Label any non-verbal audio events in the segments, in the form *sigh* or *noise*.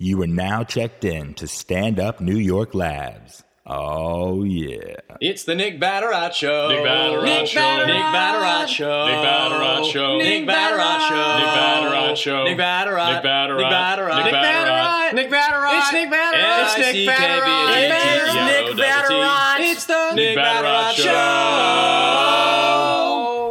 You are now checked in to Stand Up New York Labs. Oh, yeah. It's the Nick Batterat Show. Nick Batterat Nick Show. Batterat. Nick Batterat Show. Nick Batterat Show. Nick Batterat Show. Nick Batterat Show. Nick Batterat. Nick Batterat. Nick Batterat. Nick Nick Batterat. Batterat. It's Nick Batterat. It's Nick Batterat. It's Nick Batterat. It's the Nick Batterat Batterat Show.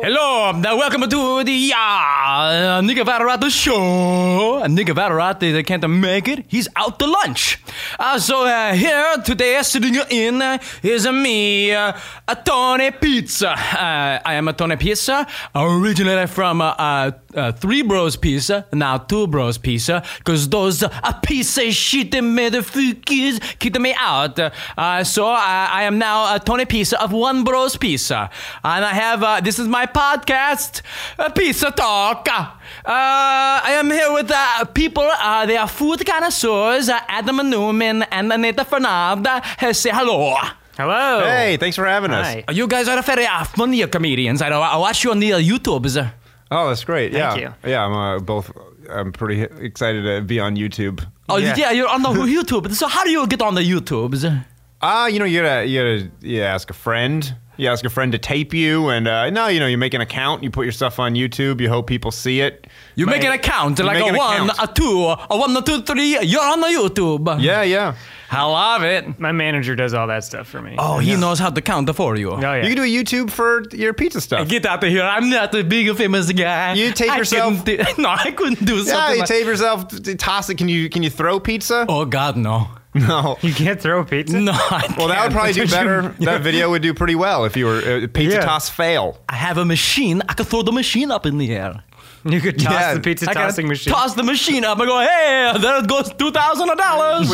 Hello, and welcome to the uh, Nick Vaterata show. And Nick Vaterata, they can't make it. He's out to lunch. Uh, so uh, here today, sitting in uh, is uh, me, uh, uh, Tony Pizza. Uh, I am a Tony Pizza, originally from uh, uh, uh, Three Bros Pizza, now Two Bros Pizza, because those uh, piece of shit motherfuckers kicked me out. Uh, so I, I am now a Tony Pizza of One Bros Pizza. And I have, uh, this is my podcast, uh, Pizza Talk. Uh, I am here with uh, people, uh, they are food connoisseurs, uh, Adam Newman and Anita Fernanda. Uh, say hello. Hello. Hey, thanks for having us. Hi. You guys are very uh, funny comedians. I, I watch you on the uh, YouTubes. Oh, that's great. Yeah. Thank Yeah, I'm uh, both. I'm pretty excited to be on YouTube. Oh, yeah, Yeah. you're *laughs* on the YouTube. So how do you get on the YouTubes? Ah, you know, you gotta, you gotta, you ask a friend. You ask a friend to tape you, and uh, no, you know, you make an account. You put your stuff on YouTube. You hope people see it. You But- make an account, You like make a an one, account. a two, a one, a two, three. You're on the YouTube. Yeah, yeah. I love it. My manager does all that stuff for me. Oh, he knows how to count for you. Oh, yeah. You can do a YouTube for your pizza stuff. Get out of here! I'm not a big famous guy. You tape I yourself- couldn't do- *laughs* no, I couldn't do something. yeah, you like- tape yourself. t- t- Toss it. Can you can you throw pizza? oh God, no, No. *laughs* you can't throw pizza? no. I Well, that can't. would probably do Don't you- better. *laughs* That video would do pretty well if you were uh, pizza Yeah. toss fail. I have a machine. I could throw the machine up in the air. You could toss Yeah. the pizza I gotta tossing machine. Toss the machine up. I go, hey, there it goes, two thousand dollars.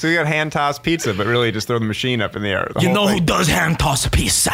So you got hand toss pizza, but really just throw the machine up in the air. The You whole know who thing. does hand toss pizza?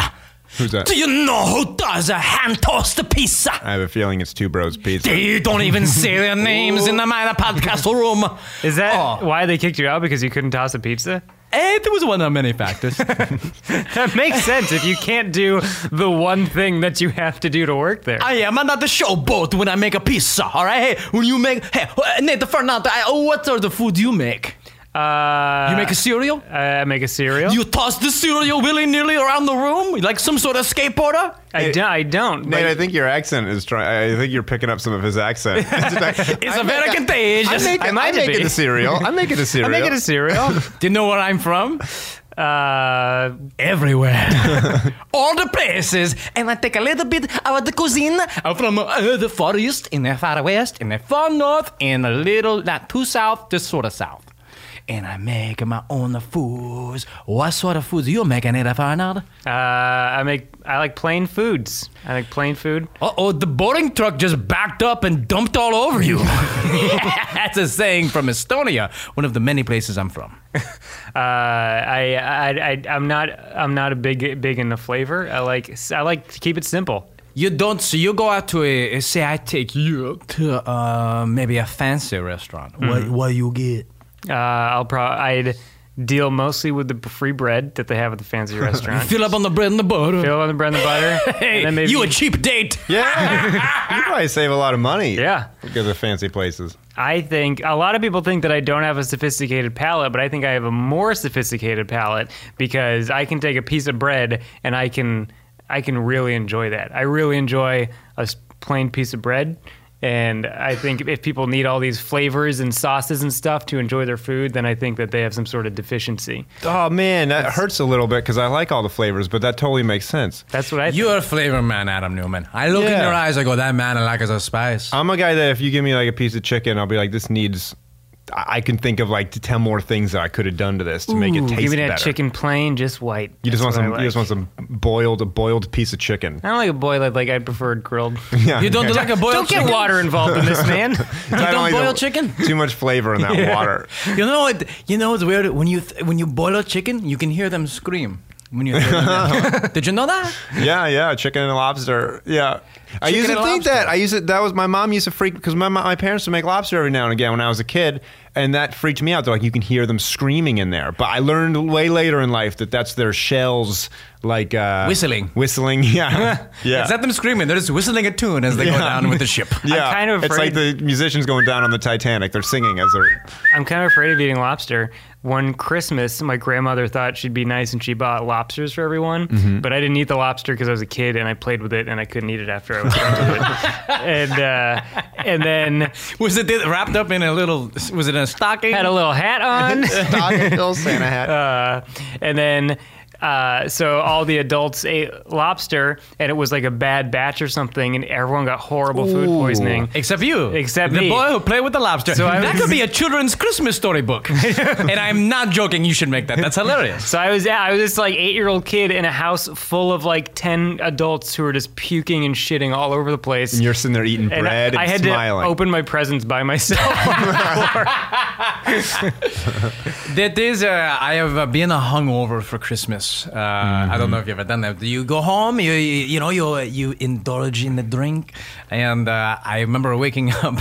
who's *laughs* that? Do you know who does a hand toss pizza? I have a feeling it's two bros pizza. You don't even say their names *laughs* in the minor podcast room. Is that Oh. why they kicked you out? Because you couldn't toss a pizza? *laughs* It Eh, was one of many factors. That makes sense if you can't do the one thing that you have to do to work there. *laughs* I am another showboat when I make a pizza, all right? Hey, when you make, hey, uh, Nate Fernando, I, oh, what are the food you make? Uh, You make a cereal? I make a cereal? You toss the cereal willy-nilly around the room like some sort of skateboarder? I, do, I don't. Nate, but- I think your accent is trying. I think you're picking up some of his *laughs* accent. it's like, It's I a very make a- I contagious. make, I I might make be. it a *laughs* cereal. *laughs* I make it a I cereal. make it a cereal. Do you know where I'm *laughs* from? *laughs* uh, Everywhere. all the places. And I take a little bit of the cuisine uh, from uh, the far east, in the far west, in the far north, and a little, not too south, just sort of south. And I make my own foods. What sort of foods you making it, Arnold? uh, I make. I like plain foods. I like plain food. Uh-oh, the boring truck just backed up and dumped all over you. *laughs* That's a saying from Estonia, one of the many places I'm from. Uh, I, I, I, I'm not. I'm not a big, big in the flavor. I like. I like to keep it simple. You don't. So you go out to a say. I take you to uh, maybe a fancy restaurant. What Mm-hmm. what you get? Uh, I'll pro- I'd deal mostly with the free bread that they have at the fancy restaurant. *laughs* Fill up on the bread and the butter. Fill on the bread and the butter. hey, and then maybe, you a cheap date? Yeah, *laughs* you probably save a lot of money. Yeah. because of fancy places. I think a lot of people think that I don't have a sophisticated palate, but I think I have a more sophisticated palate because I can take a piece of bread and I can I can really enjoy that. I really enjoy a s- plain piece of bread. And I think if people need all these flavors and sauces and stuff to enjoy their food, then I think that they have some sort of deficiency. Oh man, that hurts a little bit because I like all the flavors, but that totally makes sense. That's what I think. You're a flavor man, Adam Newman. I look in Yeah. your eyes. I go, that man I like as a spice. I'm a guy that if you give me like a piece of chicken, I'll be like, this needs. I I can think of like ten more things that I could have done to this to make it Ooh, taste give me that better. chicken plain, just white. You just want That's some. what I You just like. want some boiled, a boiled piece of chicken. I don't like a boiled. Like I prefer grilled. *laughs* Yeah. You don't like a boiled don't *laughs* chicken? get water involved in this, *laughs* man. I You don't don't like the- boil chicken? *laughs* Too much flavor *laughs* in that water. You know what? You know what's weird? When you th- when you boil a chicken, you can hear them scream. When you throw them *laughs* in. did you know that? Yeah, yeah, chicken and lobster. Yeah, I Chicken used to and think lobster. that. I used to. That was my mom used to freak because my my parents would make lobster every now and again when I was a kid, and that freaked me out. They're like, you can hear them screaming in there. But I learned way later in life that that's their shells like uh, Whistling. *laughs* Whistling, *laughs* yeah, yeah. It's not them screaming. They're just whistling a tune as they go Yeah. down with the ship. yeah, kind of it's like the afraid- musicians going down on the Titanic. They're singing as they're. *laughs* I'm kind of afraid of eating lobster. One Christmas, my grandmother thought she'd be nice and she bought lobsters for everyone, but I didn't eat the lobster because I was a kid and I played with it and I couldn't eat it after I was done with it. And uh, and then *laughs* Was it did- wrapped up in a little? Was it in a stocking? had a little hat on. Santa hat. uh, and then uh, so all the adults ate lobster, and it was like a bad batch or something, and everyone got horrible food poisoning. Except you. Except the me. boy who played with the lobster. So I that was- could be a children's Christmas *laughs* storybook. and I'm not joking. You should make that. That's hilarious. So I was I was this like eight year old kid in a house full of like ten adults who were just puking and shitting all over the place. And *laughs* you're sitting there eating and bread and I, I had smiling. to open my presents by myself. *laughs* *laughs* That is, uh, I have uh, been a hungover for Christmas. Uh, I don't know if you've ever done that. You go home, you you, you know, you you indulge in the drink, and uh, I remember waking *laughs* up.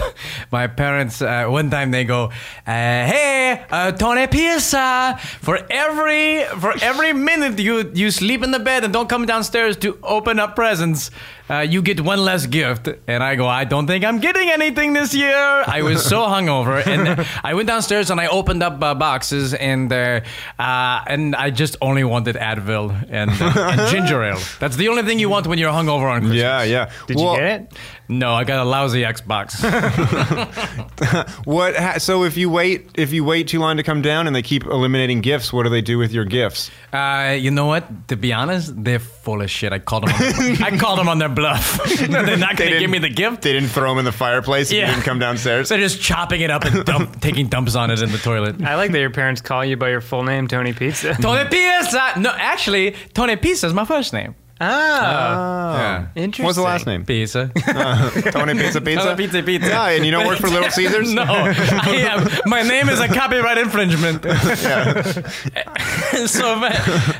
My parents uh, one time they go, uh, "Hey, uh, Tony Pisa, for every for every minute you you sleep in the bed and don't come downstairs to open up presents." Uh, you get one less gift, and I go. I don't think I'm getting anything this year. I was *laughs* so hungover, and I went downstairs and I opened up uh, boxes, and uh, uh, and I just only wanted Advil and, uh, and *laughs* ginger ale. That's the only thing you want when you're hungover on Christmas. yeah, yeah. Did you get it? No, I got a lousy *laughs* Xbox. What? Ha- so if you wait, if you wait too long to come down, and they keep eliminating gifts, what do they do with *laughs* your gifts? Uh, you know what? To be honest, they're full of shit. I called them. On their, I called them on their bluff. *laughs* they're not They going to give didn't- me the gift. They didn't throw them in the fireplace. If *laughs* Yeah. you didn't come downstairs. They're just chopping it up and dump, taking dumps on it in the toilet. I like that your parents call you by your full name, Tony Pizza. Tony Pisa. No, actually, Tony Pisa is my first name. *laughs* Ah, Yeah. interesting. What's Oh. the last name? Pizza. Tony Pizza Pizza. Tony Pizza Pizza. Yeah, and you don't work for Little Caesars. *laughs* No, I am. My name is a copyright *laughs* infringement. so, man,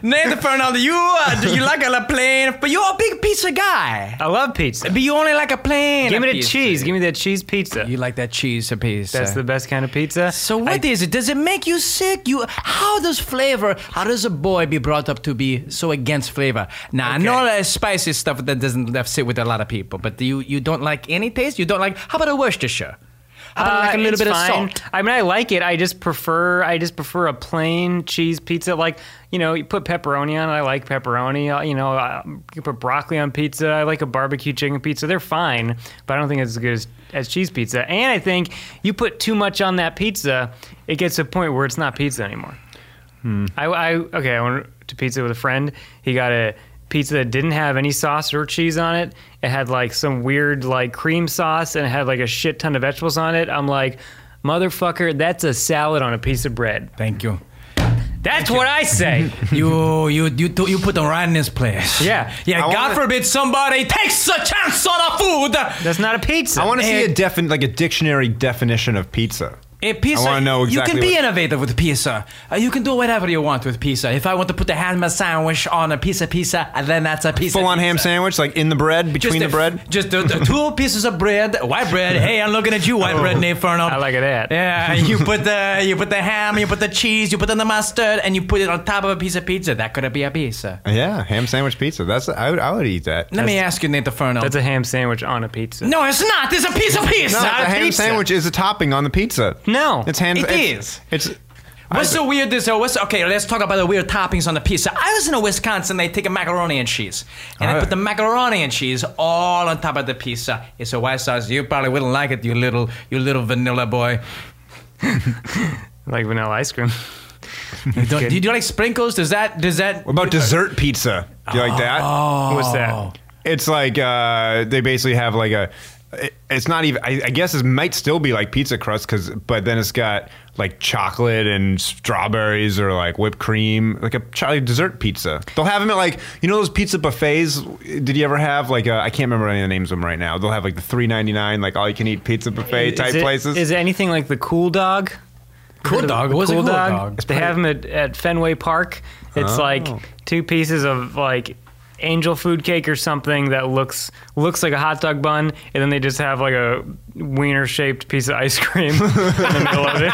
Nate Fernando, you uh, do you like a plane? But you're a big pizza guy. I love pizza. But you only like a plane. Give me the pizza. cheese. Give me that cheese pizza. You like that cheese pizza. That's the best kind of pizza. So what is it? Does it make you sick? You how does flavor? How does a boy be brought up to be so against flavor? Now I know that spicy stuff that doesn't that sit with a lot of people, but do you you don't like any taste. You don't like. How about a Worcestershire? How about like a Uh, little it's bit fine. of salt? I mean, I like it. I just prefer. I just prefer a plain cheese pizza. Like you know, you put pepperoni on. it. I like pepperoni. Uh, You know, uh, you can put broccoli on pizza. I like a barbecue chicken pizza. They're fine, but I don't think it's as good as, as cheese pizza. And I think you put too much on that pizza, it gets to a point where it's not pizza anymore. I, I okay. I went to pizza with a friend. He got a pizza that didn't have any sauce or cheese on it. It had like some weird like cream sauce and it had like a shit ton of vegetables on it. I'm like, motherfucker, that's a salad on a piece of bread. Thank you. That's what *laughs* I say. You you you do- you put them right in this place. Yeah. yeah. God I wanna- forbid somebody takes a chance on a food. that's not a pizza. I want to see a And- defin- like a dictionary definition of pizza. A pizza. I wanna know You exactly can be what- innovative with pizza. Uh, you can do whatever you want with pizza. If I want to put a ham sandwich on a piece of pizza, and then that's a piece. Full of on pizza. ham sandwich, like in the bread, Just between the a- bread. Just the, the *laughs* two pieces of bread, white bread. Hey, I'm looking at you, white Oh. bread, Nate Fernal. I like that. Yeah, you put the you put the ham, you put the cheese, you put in the mustard, and you put it on top of a piece of pizza. That could be a pizza. Yeah, ham sandwich pizza. That's I would I would eat that. Let me ask you, Nate Fernal. That's a ham sandwich on a pizza. no, it's not. It's a piece of pizza. No, the ham Pizza. sandwich is a topping on the pizza. No. it's ham. It it's, It's What's I- the weirdest? uh, What's okay? Let's talk about the weird toppings on the pizza. I was in Wisconsin. They take a macaroni and cheese, and they Alright. put the macaroni and cheese all on top of the pizza. It's a white sauce. You probably wouldn't like it, you little, you little vanilla boy. Like vanilla ice cream. *laughs* You don't, do you like sprinkles? Does that? Does that? What about dessert pizza? Do you like that? What's Oh. that? It's like uh, they basically have like a. it- It's not even. I, I guess it might still be like pizza crust, cause but then it's got like chocolate and strawberries or like whipped cream, like a Charlie dessert pizza. They'll have them at like you know those pizza buffets. Did you ever have like I I can't remember any of the names of them right now. They'll have like the three ninety nine like all you can eat pizza buffet Is type it- places. Is it anything like the cool dog? Cool dog. The What's a cool dog? They have them at, at Fenway Park. It's like two pieces of like angel food cake or something that looks looks like a hot dog bun, and then they just have like a wiener shaped piece of ice cream *laughs* in the middle of it.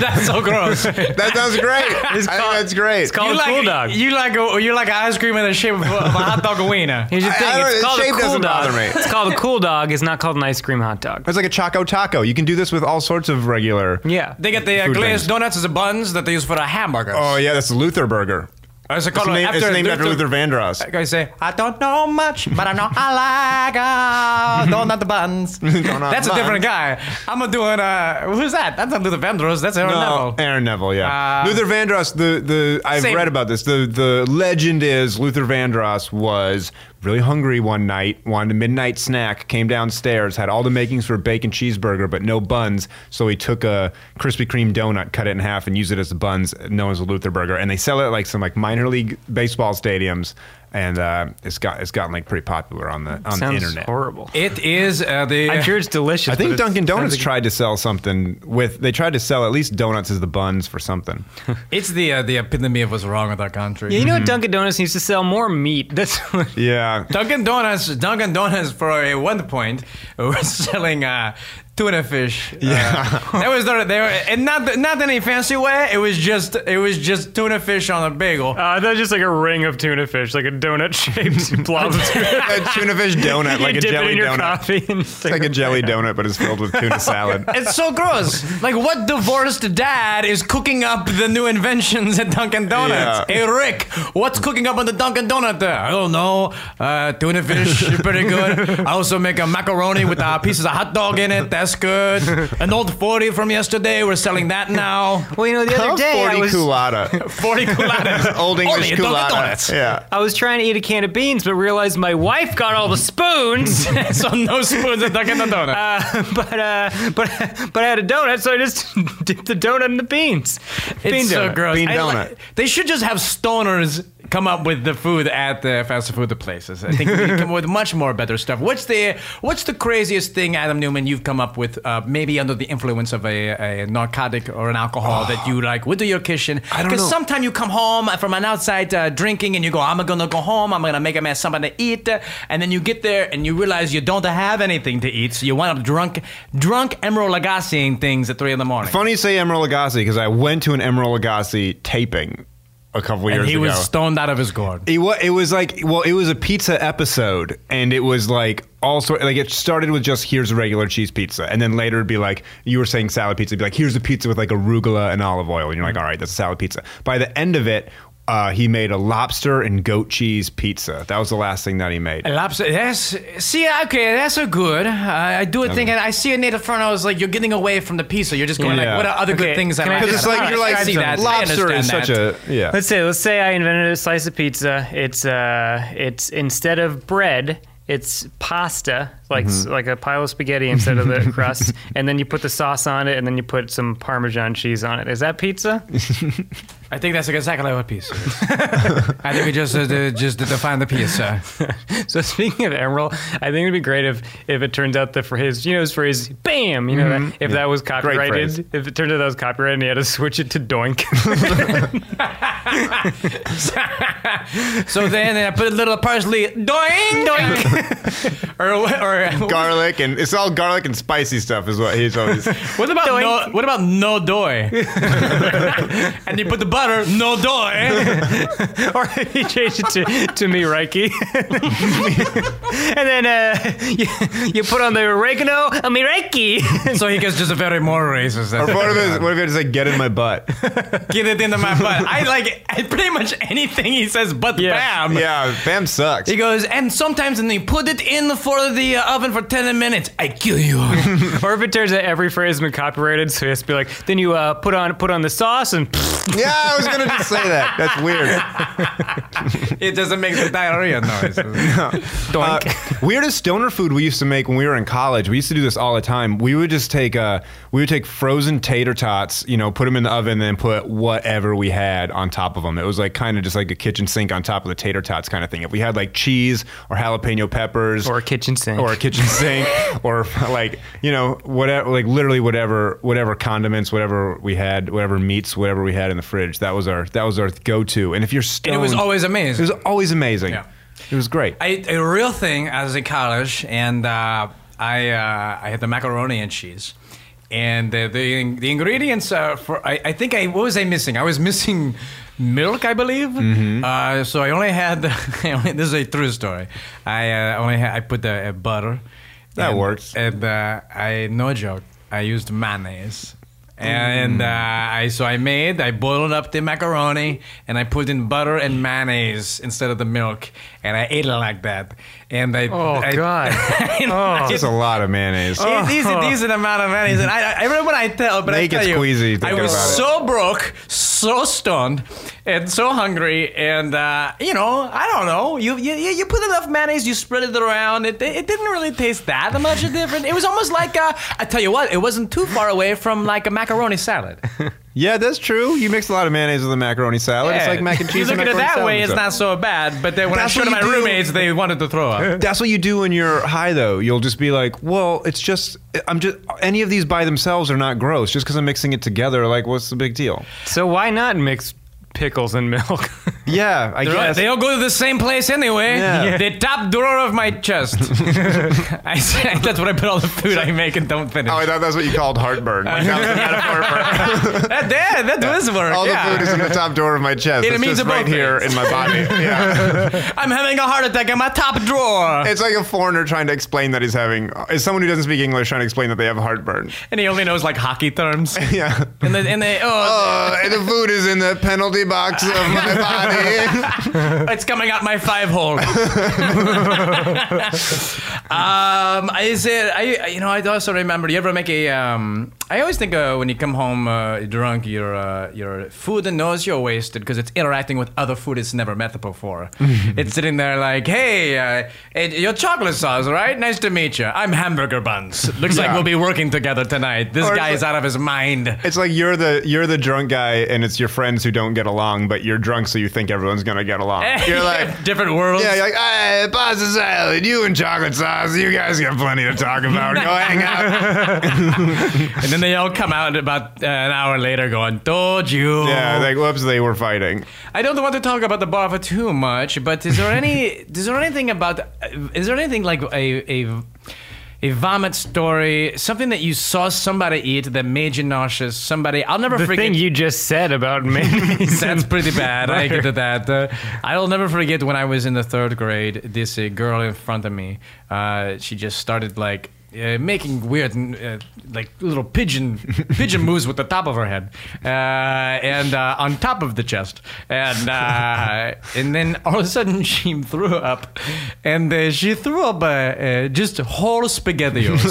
That's so gross. That sounds *laughs* great. I think that's great. It's called you a like cool dog. You like a, you like an ice cream in the shape of a, of a hot dog *laughs* wiener. Here's the I- thing. I don't- it's the called shape a cool doesn't dog. bother me. It's called a cool dog. It's not called an ice cream hot dog. It's like a Choco Taco. You can do this with all sorts of regular. Yeah. They got the uh, Food glazed banks. donuts as the buns that they use for the hamburgers. Oh yeah, that's Luther Burger. it's, It's, named- it's named after Luther Vandross. I say, I don't know much, but I know I like uh, donut buns. Donut That's a different buns. guy. I'm a doing, uh, who's that? That's not Luther Vandross. That's Aaron No, Neville. Aaron Neville, yeah. Uh, Luther Vandross, the, the I've Same. read about this. The the legend is Luther Vandross was really hungry one night, wanted a midnight snack, came downstairs, had all the makings for a bacon cheeseburger, but no buns. So he took a Krispy Kreme donut, cut it in half, and used it as the buns, known as a Luther burger. And they sell it at like some like minor league baseball stadiums. And uh, it's got it's gotten like pretty popular on the on Sounds the internet. horrible. It is uh, the. I'm sure it's delicious. I think but it's- Dunkin' sounds Donuts like- tried to sell something with. They tried to sell at least donuts as the buns for something. It's the uh, the epitome of what's wrong with our country. Yeah, you know what Dunkin' Donuts needs to sell more meat. *laughs* That's Yeah. Dunkin' Donuts, Dunkin' Donuts for a one point *laughs* were selling uh, tuna fish. Yeah, *laughs* that was their, they were, and not not in a fancy way. It was just it was just tuna fish on a *laughs* bagel. Uh, that's just like a ring of tuna fish, like a donut *laughs* shaped blob of tuna. a tuna fish *laughs* donut, like a dip it jelly in your donut. coffee. And It's like a jelly donut, but it's filled with *laughs* tuna salad. It's so gross. Like, what divorced dad is cooking up the new inventions at Dunkin' Donuts? Yeah. Hey, Rick, what's cooking up on the Dunkin' Donut there? I don't know. Uh, tuna fish, *laughs* pretty good. I also make a macaroni with uh, pieces of hot dog in it. That's good. An old 40 from yesterday. We're selling that now. Well, you know, the other day I 40 was, *laughs* culotta. *laughs* 40 culottes. Old English Only at Dunkin' Donuts. culotta. Yeah. I was trying to eat a can of beans, but realized my wife got all the *laughs* spoons. so no spoons at Dunkin' *laughs* Donuts. Uh, but uh, but but *laughs* I had a donut, so I just *laughs* dipped the donut in the beans. Bean It's so donut. gross. Bean I li- donut. they should just have stoners come up with the food at the fast food places. I think we can come up with much more better stuff. What's the What's the craziest thing, Adam Newman, you've come up with? Uh, maybe under the influence of a, a narcotic or an alcohol that *sighs* you like went to your kitchen. I don't know. Because sometimes you come home from an outside uh, drinking and you go, I'm gonna go home. I'm gonna make a mess, something to eat, and then you get there and you realize you don't have anything to eat, so you wind up drunk, drunk Emerald Lagasseing things at three in the morning. Funny you say Emerald Lagasse because I went to an Emerald Lagasse taping a couple years and he ago. was stoned out of his gourd. It was, it was like well it was a pizza episode and it was like all sort like it started with just here's a regular cheese pizza and then later it'd be like you were saying salad pizza it'd be like here's a pizza with like arugula and olive oil and you're like Mm. all right that's a salad pizza by the end of it uh, he made a lobster and goat cheese pizza that was the last thing that he made Lobster. Yes. See, okay, that's so good. I, I do think, and I see a native front. I was like, you're getting away from the pizza. You're just going Yeah. like, what are other Okay, good things? I can I might because it's have? like All you're right, like I see that. I lobster is understand such that. a yeah Let's say let's say I invented a slice of pizza. It's uh, it's instead of bread, it's pasta, like like a pile of spaghetti instead of *laughs* the crust, and then you put the sauce on it, and then you put some Parmesan cheese on it. Is that pizza? I think that's exactly what pizza. Is. *laughs* I think we just uh, d- just define the pizza. *laughs* So speaking of Emerald, I think it'd be great if if it turns out the phrase, you know, his phrase, bam, you know, that, if that was phrase. copyrighted, if it turned out that was copyrighted, and he had to *laughs* switch it to doink. *laughs* so then I put a little parsley. Doink doink. *laughs* or what- or *laughs* garlic and it's all garlic and spicy stuff is *laughs* what *laughs* he's always what about Doink. no? What about no doy? *laughs* and you put the butter. No *laughs* doy. or *laughs* he changed it to, to me, Reiki. *laughs* and then uh, you, you put on the oregano, a me Reiki. *laughs* so he gets just a very more racist. or what if *laughs* it's, what if it's like get in my butt get it into my butt. I like I, pretty much anything he says, but Yeah. bam. *laughs* yeah fam sucks He goes, and sometimes when they put it in for the uh, oven for 10 minutes, I kill you. or if it turns out every phrase has been copyrighted, so he has to be like, then you uh, put on put on the sauce and yeah I was gonna just say that that's *laughs* weird *laughs* it doesn't make the diarrhea noise. Uh, weirdest stoner food we used to make when we were in college. We used to do this all the time. We would just take uh, we would take frozen tater tots, you know, put them in the oven, and then put whatever we had on top of them. It was like kind of just like a kitchen sink on top of the tater tots kind of thing. If we had like cheese or jalapeno peppers or a kitchen sink. or a kitchen *laughs* sink or like you know whatever like literally whatever whatever condiments whatever we had whatever meats whatever we had in the fridge that was our that was our go-to and if you're stoned, And it was always it amazing. was always amazing Yeah. it was great I ate a real thing. I was in college, and uh, I uh, I had the macaroni and cheese, and the the, the ingredients uh, for I, I think I what was I missing? I was missing milk, I believe. Mm-hmm. Uh, so I only had *laughs* I only, this is a true story. I uh, only had, I put the uh, butter. That and- works. And uh, I no joke, I used mayonnaise. Mm. And uh, I so I made I boiled up the macaroni and I put in butter and mayonnaise instead of the milk and I ate it like that and I oh *laughs* I, God. oh. it's a lot of mayonnaise It is a decent amount of mayonnaise, and I, I remember I tell, but Oh. Make I it tell you, squeezy I thinking was about it. so broke, so stoned, and so hungry, and uh, you know, I don't know. You you you you put enough mayonnaise, you spread it around. It it didn't really taste that much different. It was almost like uh, I tell you what, it wasn't too far away from like a macaroni salad. yeah that's true you mix a lot of mayonnaise with a macaroni salad *laughs* it's like mac and cheese You look and at it macaroni that salad way, and it's stuff. not so bad. But then when That's I showed what my you do. roommates, they wanted to throw *laughs* up. That's what you do when you're high, though. You'll just be like, "Well, it's just I'm just any of these by themselves are not gross. Just because I'm mixing it together, like, what's the big deal?" So why not mix pickles and milk? Yeah, I They're all- guess They all go to the same place anyway. Yeah. Yeah. The top drawer of my chest. I said, *laughs* that's what I put all the food I make and don't finish. Oh, I thought that's what you called heartburn. Like, that was the *laughs* metaphor that, that, that does work. for all yeah. the food is in the top drawer of my chest. It it's means just right about here in *laughs* my body. Yeah. I'm having a heart attack in my top drawer. it's like a foreigner trying to explain that he's having. It's someone who doesn't speak English trying to explain that they have heartburn. and he only knows like hockey terms. *laughs* Yeah. and then and they oh, Uh, and the food is in the penalty box of *laughs* my body. it's coming out my five hole. *laughs* um, is it? I I- you know I also remember. You ever make a? Um, I always think uh, when you come home uh, drunk, your uh, your food knows you're wasted because it's interacting with other food it's never met *laughs* before. it's sitting there like, hey, uh, it, your chocolate sauce, right? Nice to meet you. I'm hamburger buns. Looks like Yeah. we'll be working together tonight. This Or guy it's is out of his mind. It's like you're the you're the drunk guy, and it's your friends who don't get along, but you're drunk, so you think everyone's gonna get along. *laughs* You're like. different worlds. Yeah, you're like, hey, pasta salad, you and chocolate sauce, you guys got plenty to talk about. Go hang *laughs* out. And then they all come out about uh, an hour later going, Told you. Yeah, like, whoops, they were fighting. I don't want to talk about the bar for too much, but is there any, is there anything about, is there anything like a, a, a vomit story, something that you saw somebody eat that made you nauseous? Somebody, I'll never the forget. *laughs* thing you just said about *laughs* *laughs* mayonnaise. That's pretty bad. I Butter. get that. Uh, I'll never forget when I was in the third grade. This uh, girl in front of me, uh, she just started like uh, making weird, uh, like little *laughs* pigeon pigeon moves with the top of her head, uh, and uh, on top of the chest, and uh, and then all of a sudden she threw up, and uh, she threw up uh, uh, just whole spaghettios. *laughs*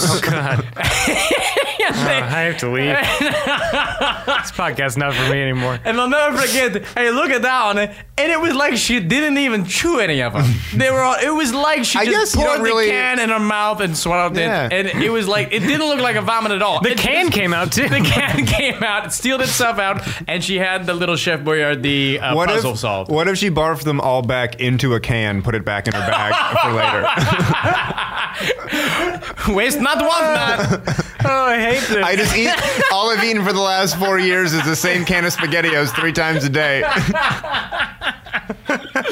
Oh God! I have to *laughs* leave. this podcast's not for me anymore. And I'll never forget. I look it down, and it was like she didn't even chew any of *laughs* them. They were. All, it was like she I guess just you poured don't really- the can in her mouth and swallowed Yeah. it. And it was like it didn't look like a vomit at all. The It can just- came out too. *laughs* The can came out, it sealed itself out, and she had the little Chef Boyardee uh, puzzle if, solved. *laughs* What if she barfed them all back into a can, put it back in her bag for *laughs* later? Waste not, *laughs* want not. *laughs* uh, Oh, I hate this. I just eat all I've eaten for the last four years is the same can of SpaghettiOs three times a day.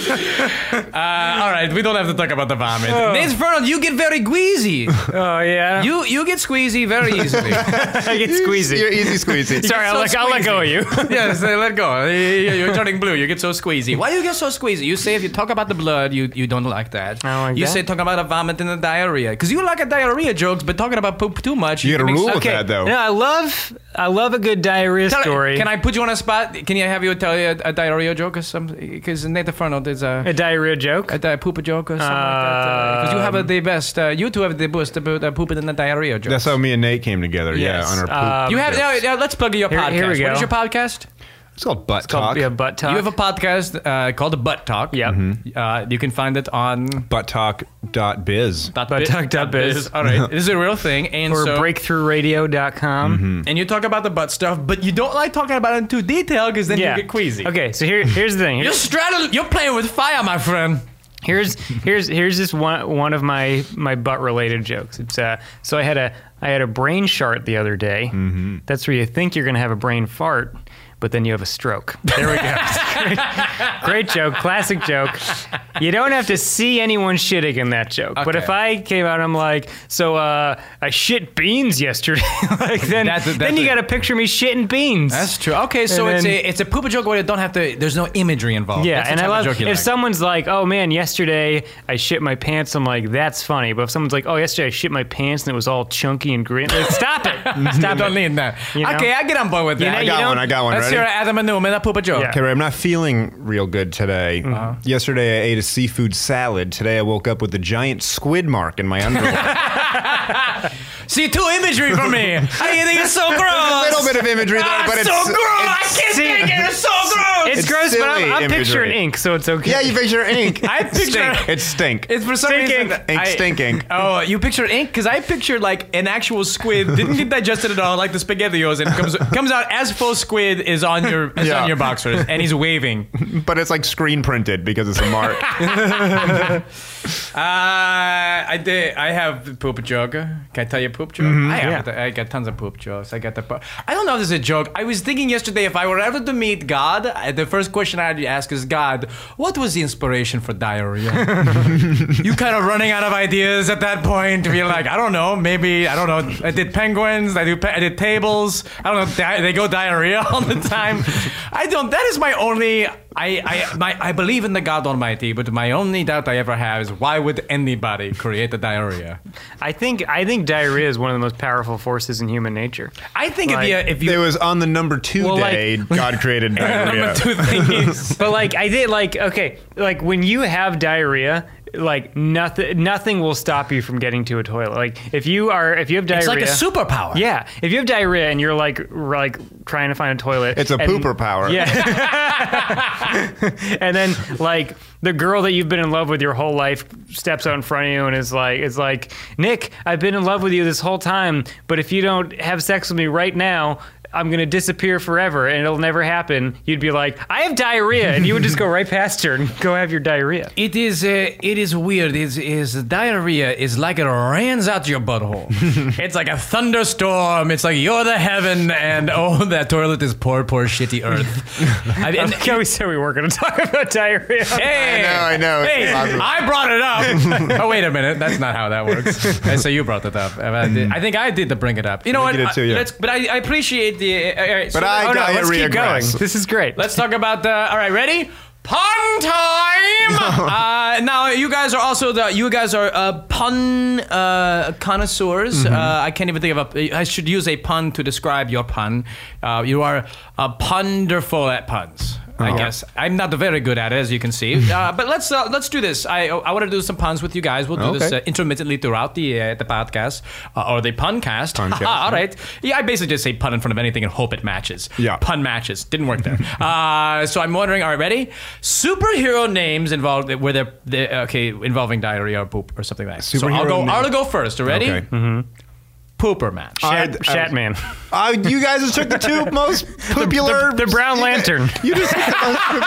Uh, all right, we don't have to talk about the vomit. Nate Fernald, you get very *laughs* queasy. oh yeah. you you get squeezy very easily. *laughs* I get You're squeezy. easy squeezy. Sorry, You're I'll, so let, I'll let go of you. *laughs* yes, uh, let go. Uh, you- You're turning blue. You get so squeezy. Why do you get so squeezy? You say if you talk about the blood, you, you don't like that. Oh, I don't like you that. say talk about a vomit and the diarrhea because you like a diarrhea jokes, but talking about poop too much. You gotta can make- rule with that though. No, I love I love a good diarrhea Tell- story. Can I put you on a spot? Can you have you tell you a, a diarrhea joke or something? Because Nathan Fernald is a. a diarrhea joke? uh, a di- poop joke or something like that. Because you have Um, uh, the best, uh, you two have the best about uh, poop and the diarrhea jokes. That's how me and Nate came together. Yes, Yeah, on our poop. um, you have. Yeah, yeah, let's plug your Here- podcast. here we What go. is your podcast? It's called butt uh, called talk. yeah, butt talk. You have a podcast uh, called The Butt Talk. Yep. Uh, you can find it on butt talk dot biz. dot Butt bit- Talk dot biz. All *laughs* right, this is a real thing, and or so, Mm-hmm. breakthroughradio.com. and you talk about the butt stuff, but you don't like talking about it in too detail because then Yeah. you get queasy. Okay, so here, here's *laughs* the thing. You're Here's, straddling. You're playing with fire, my friend. here's here's here's just one one of my my butt related jokes. It's uh, so I had a I had a brain shart the other day. Mm-hmm. That's where you think you're gonna have a brain fart, but then you have a stroke. There *laughs* we go. Great joke, classic joke. You don't have to see anyone shitting in that joke. But Okay. if I came out, I'm like, so uh, I shit beans yesterday. *laughs* like then, That's a- that's then you a- got to picture me shitting beans. That's true. Okay, so And it's then- a it's a pooper joke where you don't have to. There's no imagery involved. Yeah, That's the and I type of love joke if you like. someone's like, "Oh man, yesterday I shit my pants," I'm like, "That's funny." But if someone's like, "Oh, yesterday I shit my pants and it was all chunky and green," like, stop it, *laughs* stop don't it. need that. You know? Okay, I get on board with that. know, I you got don't- one. I got one. Let's Ready? hear an Adam and Newman, a pooper joke. Yeah. Okay, Ray, I'm not feeling real good today. Uh-huh. Yesterday I ate a seafood salad. Today I woke up with a giant squid mark in my underwear. *laughs* See, two imagery for me. *laughs* I think it's so gross. a little bit of imagery there, Ah, but it's so gross. I it's- can't take it. It's so gross. It's, It's gross, but I'm, silly I'm imagery. picturing ink, so it's okay. yeah, you picture ink. I picture- stink. *laughs* It's stink. It's for some Stinking. reason ink I- stinking. *laughs* Oh, you pictured ink because I pictured like an actual squid didn't get digested at all, like the spaghettios, and it comes comes out as full squid is on your is Yeah. on your boxers, and he's waving. But it's like screen printed because it's a *laughs* mark. Uh, I did. I have poop joke. Can I tell you a poop joke? I have. I got tons of poop jokes. I got the. po- I don't know if this is a joke. I was thinking yesterday if I were ever to meet God, I- the first question I'd ask is God, what was the inspiration for diarrhea? you kind of running out of ideas at that point. You're like, I don't know. Maybe I don't know. I did penguins. I do. pe- I did tables. I don't know. Di- they go diarrhea *laughs* all the time. I don't. That is my only. I I my, I believe in the God Almighty, but my only doubt I ever have is why would anybody create the diarrhea? I think I think diarrhea is one of the most powerful forces in human nature. I think it'd be a, Like- if you it was on the number two Well, like- *laughs* day God created diarrhea. two things. But like I did, like okay, like when you have diarrhea, like nothing nothing will stop you from getting to a toilet. Like if you are if you have *laughs* diarrhea, It's like a superpower. Yeah, if you have diarrhea and you're like r- like trying to find a toilet, It's a and- pooper power. Yeah, and then like the girl that you've been in love with your whole life steps out in front of you and is like, "It's like Nick, I've been in love with you this whole time, but if you don't have sex with me right now." I'm gonna disappear forever, and it'll never happen. You'd be like, "I have diarrhea," and you would just go right past her and go have your diarrhea. It is uh, it is weird. It's is diarrhea is like it rains out your *laughs* butthole. it's like a thunderstorm. It's like you're the heaven, and oh, *laughs* that toilet is poor, poor, shitty earth. I mean, and- Okay, we said we weren't gonna talk about diarrhea. Hey, *laughs* I know, I know. It's Hey, awesome. I brought it *laughs* up. oh, wait a minute. That's not how that works. I say you brought it up. Uh, I, did- I think I did to bring it up. You know what? you did too, I- yeah. Let's. But I, I appreciate the. Uh, all right, so- But I oh, no, let's diarrhea keep going. grass. This is great. Let's talk about the. All right, ready? Pun time. uh, now you guys are also the. You guys are uh, pun uh, connoisseurs. Uh, I can't even think of a. I should use a pun to describe your pun. Uh, you are uh, ponderful at puns. I guess I'm not very good at it, as you can see. Uh, but let's uh, let's do this. I I want to do some puns with you guys. We'll do this uh, Okay. intermittently throughout the uh, the podcast uh, or the puncast. Puncast. All right. Yeah, I basically just say pun in front of anything and hope it matches. Yeah. Pun matches. Didn't work there. *laughs* uh, so I'm wondering. All right, ready? Superhero names involved where they're, they okay involving diarrhea or poop or something like that. so I'll Superhero go. name. I'll go first. Ready? Mm-hmm. Okay. Uh, Pooper match. I- Shat, I- Shatman, Uh, you guys just took the two *laughs* most popular. the Brown Lantern. you just *laughs* took the,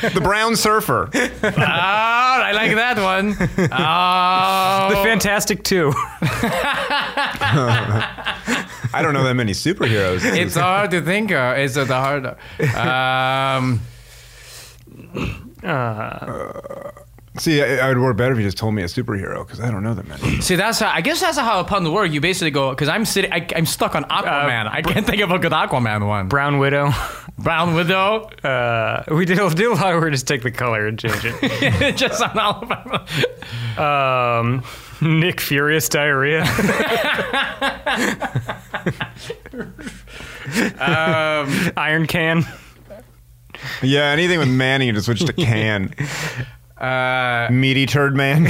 most- the brown surfer. Ah, I like that *laughs* one. The Oh. Fantastic Two. *laughs* I don't know that many superheroes. it's hard to think. Of. It's the hard. Um, See, I, I would work better if you just told me a superhero because I don't know that many. see, that's how. I guess that's how a pun works. You basically go because I'm sitting. I, I'm stuck on Uh, Aquaman. I can't think of a good Aquaman one. Brown Widow. Brown Widow. Uh, we did do a lot. We just take the color and change *laughs* it. just on all of *laughs* them. Um, Nick Furious diarrhea. Iron Can. *laughs* Yeah, anything with man, you just switch to can. Uh, Meaty turd man. *laughs*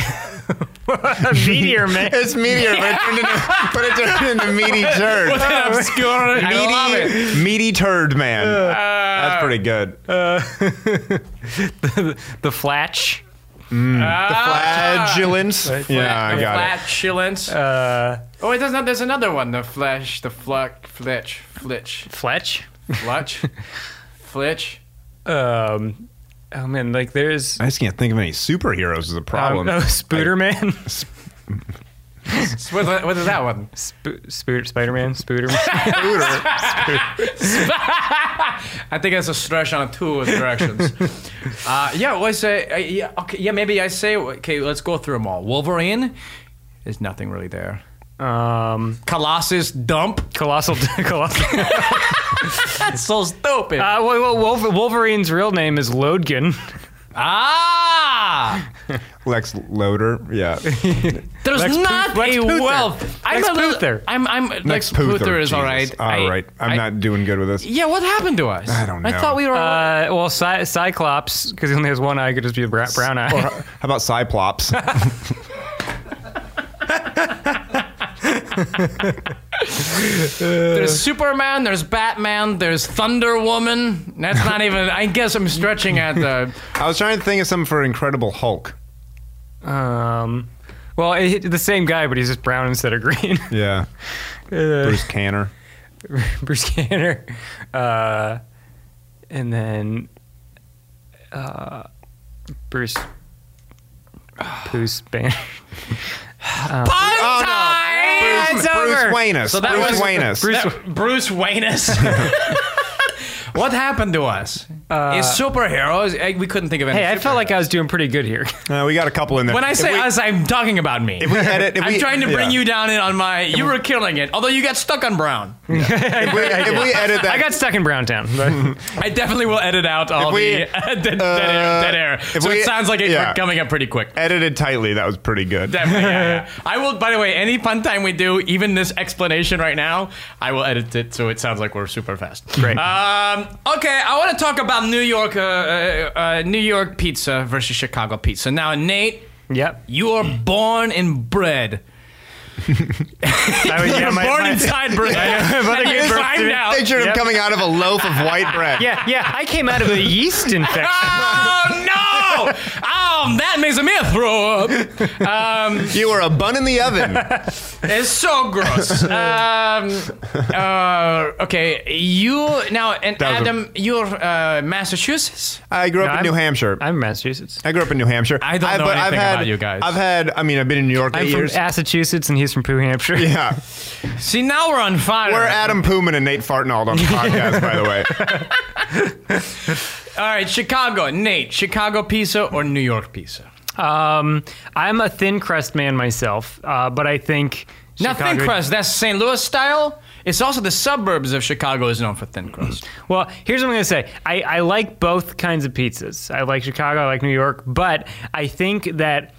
Meteor Man. *laughs* It's meteor, but it *laughs* turned into, but it turned into meaty turd. obscure. *laughs* meaty, meaty turd man. Uh, That's pretty good. Uh, *laughs* the Flatch. Flagellants. Ah, yeah, I got it. Flatulence. uh, oh, wait, there's, not, there's another one. The flesh, the fluck, flitch, flitch, Fletch. *laughs* flutch, flitch. Um, oh man, like there's I just can't think of any superheroes as a problem. *laughs* um, *laughs* oh, Spooder Man, What, what- what is that one? Sp- Spooder Spider Man, Spooder. I think that's a stretch on two *laughs* directions. uh, yeah, let's say, uh, yeah, okay, yeah, maybe I say, okay, let's go through them all. Wolverine, there's nothing really there. *laughs* um, Colossus, dump. Colossal. *laughs* Colossal. Uh, That's so stupid. well, well, Wolver- Wolverine's real name is Lodgin. ah! Lex Loader. Yeah. There's Lex Pu- not Lex a Puther. wealth. I'm Lex a little- Puther. I'm, I'm, Lex, Puther, is all right. All I- right. I'm I- not doing good with this. Yeah, what happened to us? I don't I know. thought we were. Uh, well, Cy- Cyclops, because he only has one eye, could just be a bra- brown eye. Or how *laughs* about Cyclops? there's Superman. There's Batman. There's Thunder Woman. That's not even. I guess I'm stretching at *laughs* the. I was trying to think of something for Incredible Hulk. *laughs* Um, well, it, the same guy, but he's just brown instead of green. Yeah. Uh, Bruce Canner. *laughs* Bruce Banner, uh, and then uh, Bruce Bruce Banner. Oh no. it's Bruce, over. Bruce Wayne. that Bruce was- Wayne-us. That- Bruce Wayneus. *laughs* what happened to us? Uh, Is superheroes? I, we couldn't think of any. *laughs* Hey, I felt like superheroes. I was doing pretty good here. Uh, we got a couple in there. When I If say we- us, I'm talking about me. if we had it, if I'm we- trying to bring yeah. you down in on my. You were killing it, although you got stuck on Brown. If we, if we edit *laughs* that, I got stuck in Browntown. But I definitely will edit out all If we- the *laughs* dead, dead uh, air. Dead air. if So we- it sounds like it's yeah. coming up pretty quick. edited tightly. That was pretty good. Definitely, *laughs* yeah, yeah. I will. By the way, any pun time we do, even this explanation right now, I will edit it so it sounds like we're super fast. Great. Um, okay, I want to talk about New York, uh, uh, uh, New York pizza versus Chicago pizza. Now, Nate, *laughs* yep, you are born and bred. I was *laughs* yeah, my- born my- inside *laughs* bread. Mother gave you birth to climbed me. out. Picture him Yep. coming out of a loaf of white bread. yeah, yeah. I came out of a *laughs* yeast infection. Oh no! *laughs* Um, that makes me throw up. You were a bun in *laughs* the oven. It's so gross. um, uh, okay, you now and That was a- Adam, you're uh, Massachusetts. I grew up in I'm- New Hampshire. i I'm from Massachusetts. grew up in New Hampshire. I don't know but anything had, about you guys. I've had. I mean, I've been in New York I'm eight from years. Massachusetts, and he's from New Hampshire. yeah, See, now we're on fire. we're Adam Puman and Nate Fartnald on the podcast, by the way. All right, Chicago, Nate. Chicago pizza or New York pizza? Um, I'm a thin crust man myself, uh, but I think Now, thin Chicago- crust. That's St. Louis style. It's also the suburbs of Chicago is known for thin crust. Well, here's what I'm gonna say. I, I like both kinds of pizzas. I like Chicago, I like New York, but I think that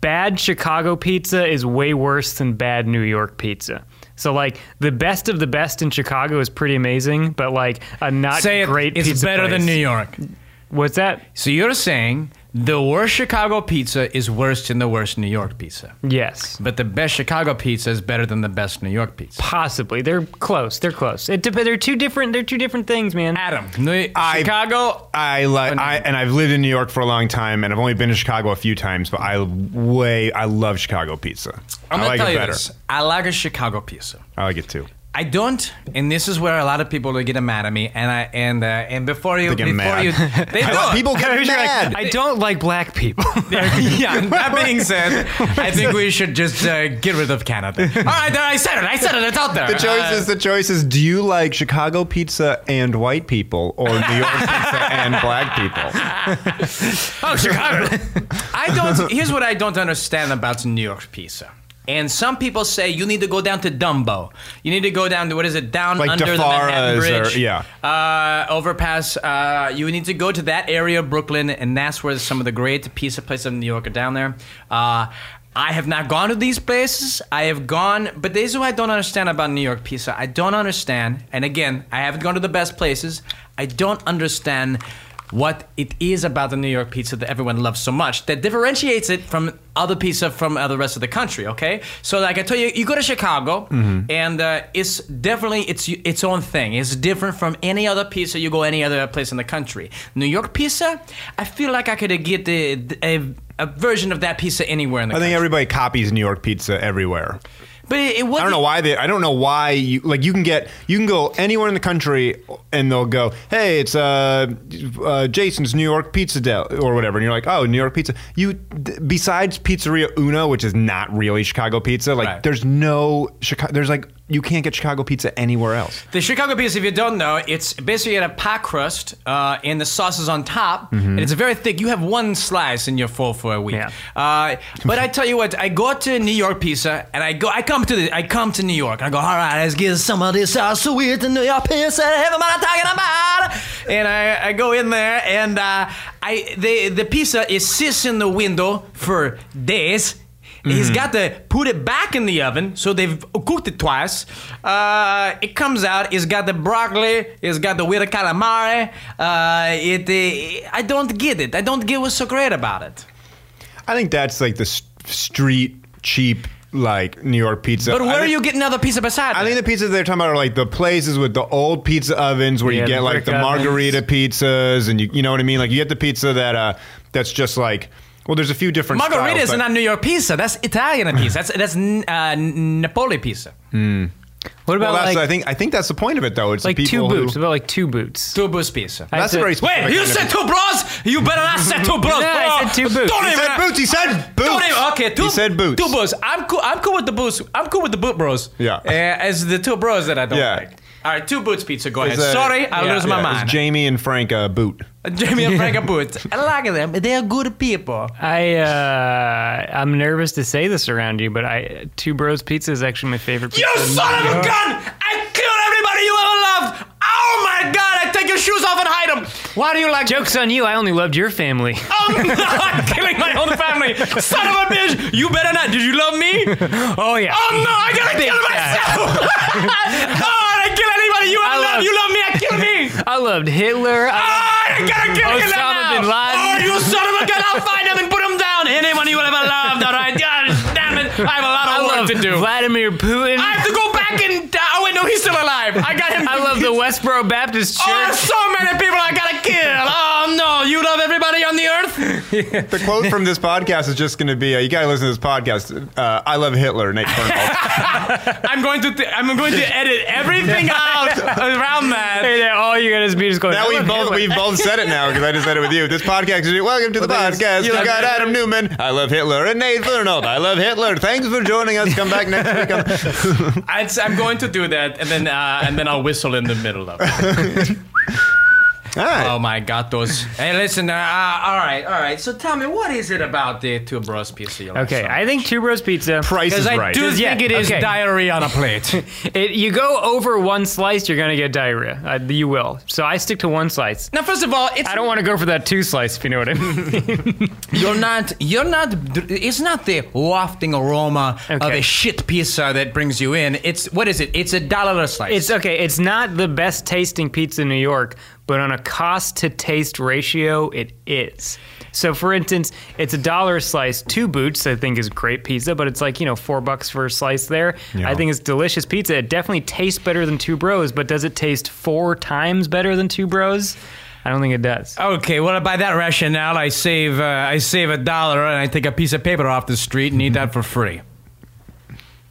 bad Chicago pizza is way worse than bad New York pizza. So like the best of the best in Chicago is pretty amazing, but like a not Say it, great it's pizza better than place- New York. What's that? So you're saying the worst Chicago pizza is worse than the worst New York pizza, Yes. but the best Chicago pizza is better than the best New York pizza. Possibly. They're close. They're close. It dep- they're two different they're two different things, man. Adam, New- I- Chicago. I like I and I've lived in New York for a long time, and I've only been to Chicago a few times, but I way I love Chicago pizza. I'm I gonna like tell it you better. this. I like a Chicago pizza. I like it too. I don't, and this is where a lot of people they get mad at me. And I and uh, and before you, They get before mad. *laughs* you, they I like- do. *laughs* people get You're like, mad. I don't like black people. yeah. That being said, I think we should just uh, get rid of *laughs* Canada. All right, there, I said it. I said it. It's out there. Uh, The choice is the choice is do you like Chicago pizza and white people or New York pizza *laughs* and black people? Oh, *laughs* Chicago. I don't. Here's what I don't understand about New York pizza. And some people say you need to go down to Dumbo. You need to go down to what is it down Like under the Manhattan DeFara's or- Bridge, yeah. uh, overpass. Uh, you need to go to that area of Brooklyn, and that's where some of the great pizza places in New York are down there. Uh, I have not gone to these places. I have gone, but this is what I don't understand about New York pizza. I don't understand, and again, I haven't gone to the best places. I don't understand what it is about the New York pizza that everyone loves so much that differentiates it from other pizza from uh, the rest of the country. Okay, so like I tell you, you go to Chicago, Mm-hmm. and uh, it's definitely it's its own thing. It's different from any other pizza you go any other place in the country. New York pizza, I feel like I could uh, get the, a, a version of that pizza anywhere in the I think country. everybody copies New York pizza everywhere. but it, it was I don't know why they. I don't know why you like. You can get. You can go anywhere in the country, and they'll go, "Hey, it's uh, uh Jason's New York Pizza Del or whatever," and you're like, "Oh, New York Pizza." You th- besides Pizzeria Uno, which is not really Chicago pizza. Like, Right. there's no Chicago. There's like you can't get Chicago pizza anywhere else. The Chicago pizza, if you don't know, it's basically a pie crust, uh, and the sauce is on top, Mm-hmm. and it's very thick. You have one slice, and you're full for a week. Yeah. Uh, but I tell you what, I go to New York pizza, and I go, I come to the, I come to New York, and I go, all right, let's get some of this sauce with the New York pizza. Everybody talking about, and I, I go in there, and uh, I the the pizza it sits in the window for days. He's got to put it back in the oven, so they've cooked it twice. Uh, it comes out. It's got the broccoli. It's got the weird calamari. Uh, it, eh, I don't get it. I don't get what's so great about it. I think that's like the s street cheap like New York pizza. But I where are think- you getting other pizza besides? I think the pizzas they're talking about are like the places with the old pizza ovens where Yeah, you get the like brick the ovens. margarita pizzas and you you know what I mean? Like you get the pizza that uh that's just like well there's a few different margaritas styles, are but- not New York pizza. That's *laughs* Italian pizza. That's that's uh, Napoli pizza. What well, about that's, I like, think I think that's the point of it though. It's the like two people boots? Who, What about like two boots? Two boots pizza. I that's a said- very specific Wait, you kind of said pizza. two bros? You better not say two bros. *laughs* No, I said two boots. Don't You He even- said boots. He said boots. Don't even- okay, two, He said boots. Two bros. I'm cool. I'm cool with the boots. I'm cool with the boot bros. Yeah. Uh, as the two bros that I don't Yeah. like. All right, two boots pizza. Go ahead. It's a- Sorry, I yeah, lose my yeah, it's mind. Jamie and Frank uh, boot. *laughs* Jamie and *laughs* Frank are boots. I like them. They are good people. I uh, I'm nervous to say this around you, but I Two Bros Pizza is actually my favorite. Pizza. You son of a gun! I killed everybody you ever loved. Oh my god! I take your shoes off and hide Oh them. Why do you like? Jokes on you! I only loved your family. Oh, *laughs* no, *laughs* I'm killing my own family. Son of a bitch! You better not. Did you love me? *laughs* Oh yeah. Oh no, I gotta kill myself! *laughs* oh, I kill anybody you ever I love. love- You love me, I kill me! I loved Hitler. I Ah, I gotta kill him Osama now. bin Laden. Oh, you son of a gun! I'll find him and put him down. Anyone you ever loved, all right? God damn it! I have a lot of I work love Ah, to do. Vladimir Putin. I have to go back and oh wait, no, he's still alive. I got him. I love the Westboro Baptist Oh, Church. so many people I gotta kill. Oh no, you love everybody on the earth. The quote from this podcast is just going to be uh, you got to listen to this podcast. Uh, I love Hitler, Nate Turnbull. I'm going to. Th- I'm going to edit everything out around that. Hey there, all you gotta be is going. now I we love both Hitler. we both said it now because I just said it with you. This podcast is welcome to the podcast. You got Adam Newman. I love Hitler and Nate Arnold. I love Hitler. Thanks for joining us. Come back next week. *laughs* I'm- I'd, s- I'm going to do that, and then uh, and then I'll whistle in the middle of it. All right. Oh my God, those. Hey, listen. Uh, uh, all right, all right. So tell me, what is it about the two bros pizza? You like Okay, so I think Two Bros Pizza. Price is Because I right. do Yeah, think it is okay. diarrhea on a plate. *laughs* It, you go over one slice, you're gonna get diarrhea. Uh, you will. So I stick to one slice. now, first of all, it's I don't want to go for that two slice, if you know what I mean. You're not. You're not. It's not the wafting aroma of Okay. a shit pizza that brings you in. It's what is it? It's a dollar a slice. *laughs* It's okay. It's not the best tasting pizza in New York, but on a cost to taste ratio, it is. So, for instance, it's a dollar a slice. Two Boots, I think, is great pizza, but it's like you know four bucks for a slice there. I think it's delicious pizza. It definitely tastes better than Two Bros, but does it taste four times better than Two Bros? I don't think it does. okay. Well, by that rationale, I save. Uh, I save a dollar and I take a piece of paper off the street and eat that for free.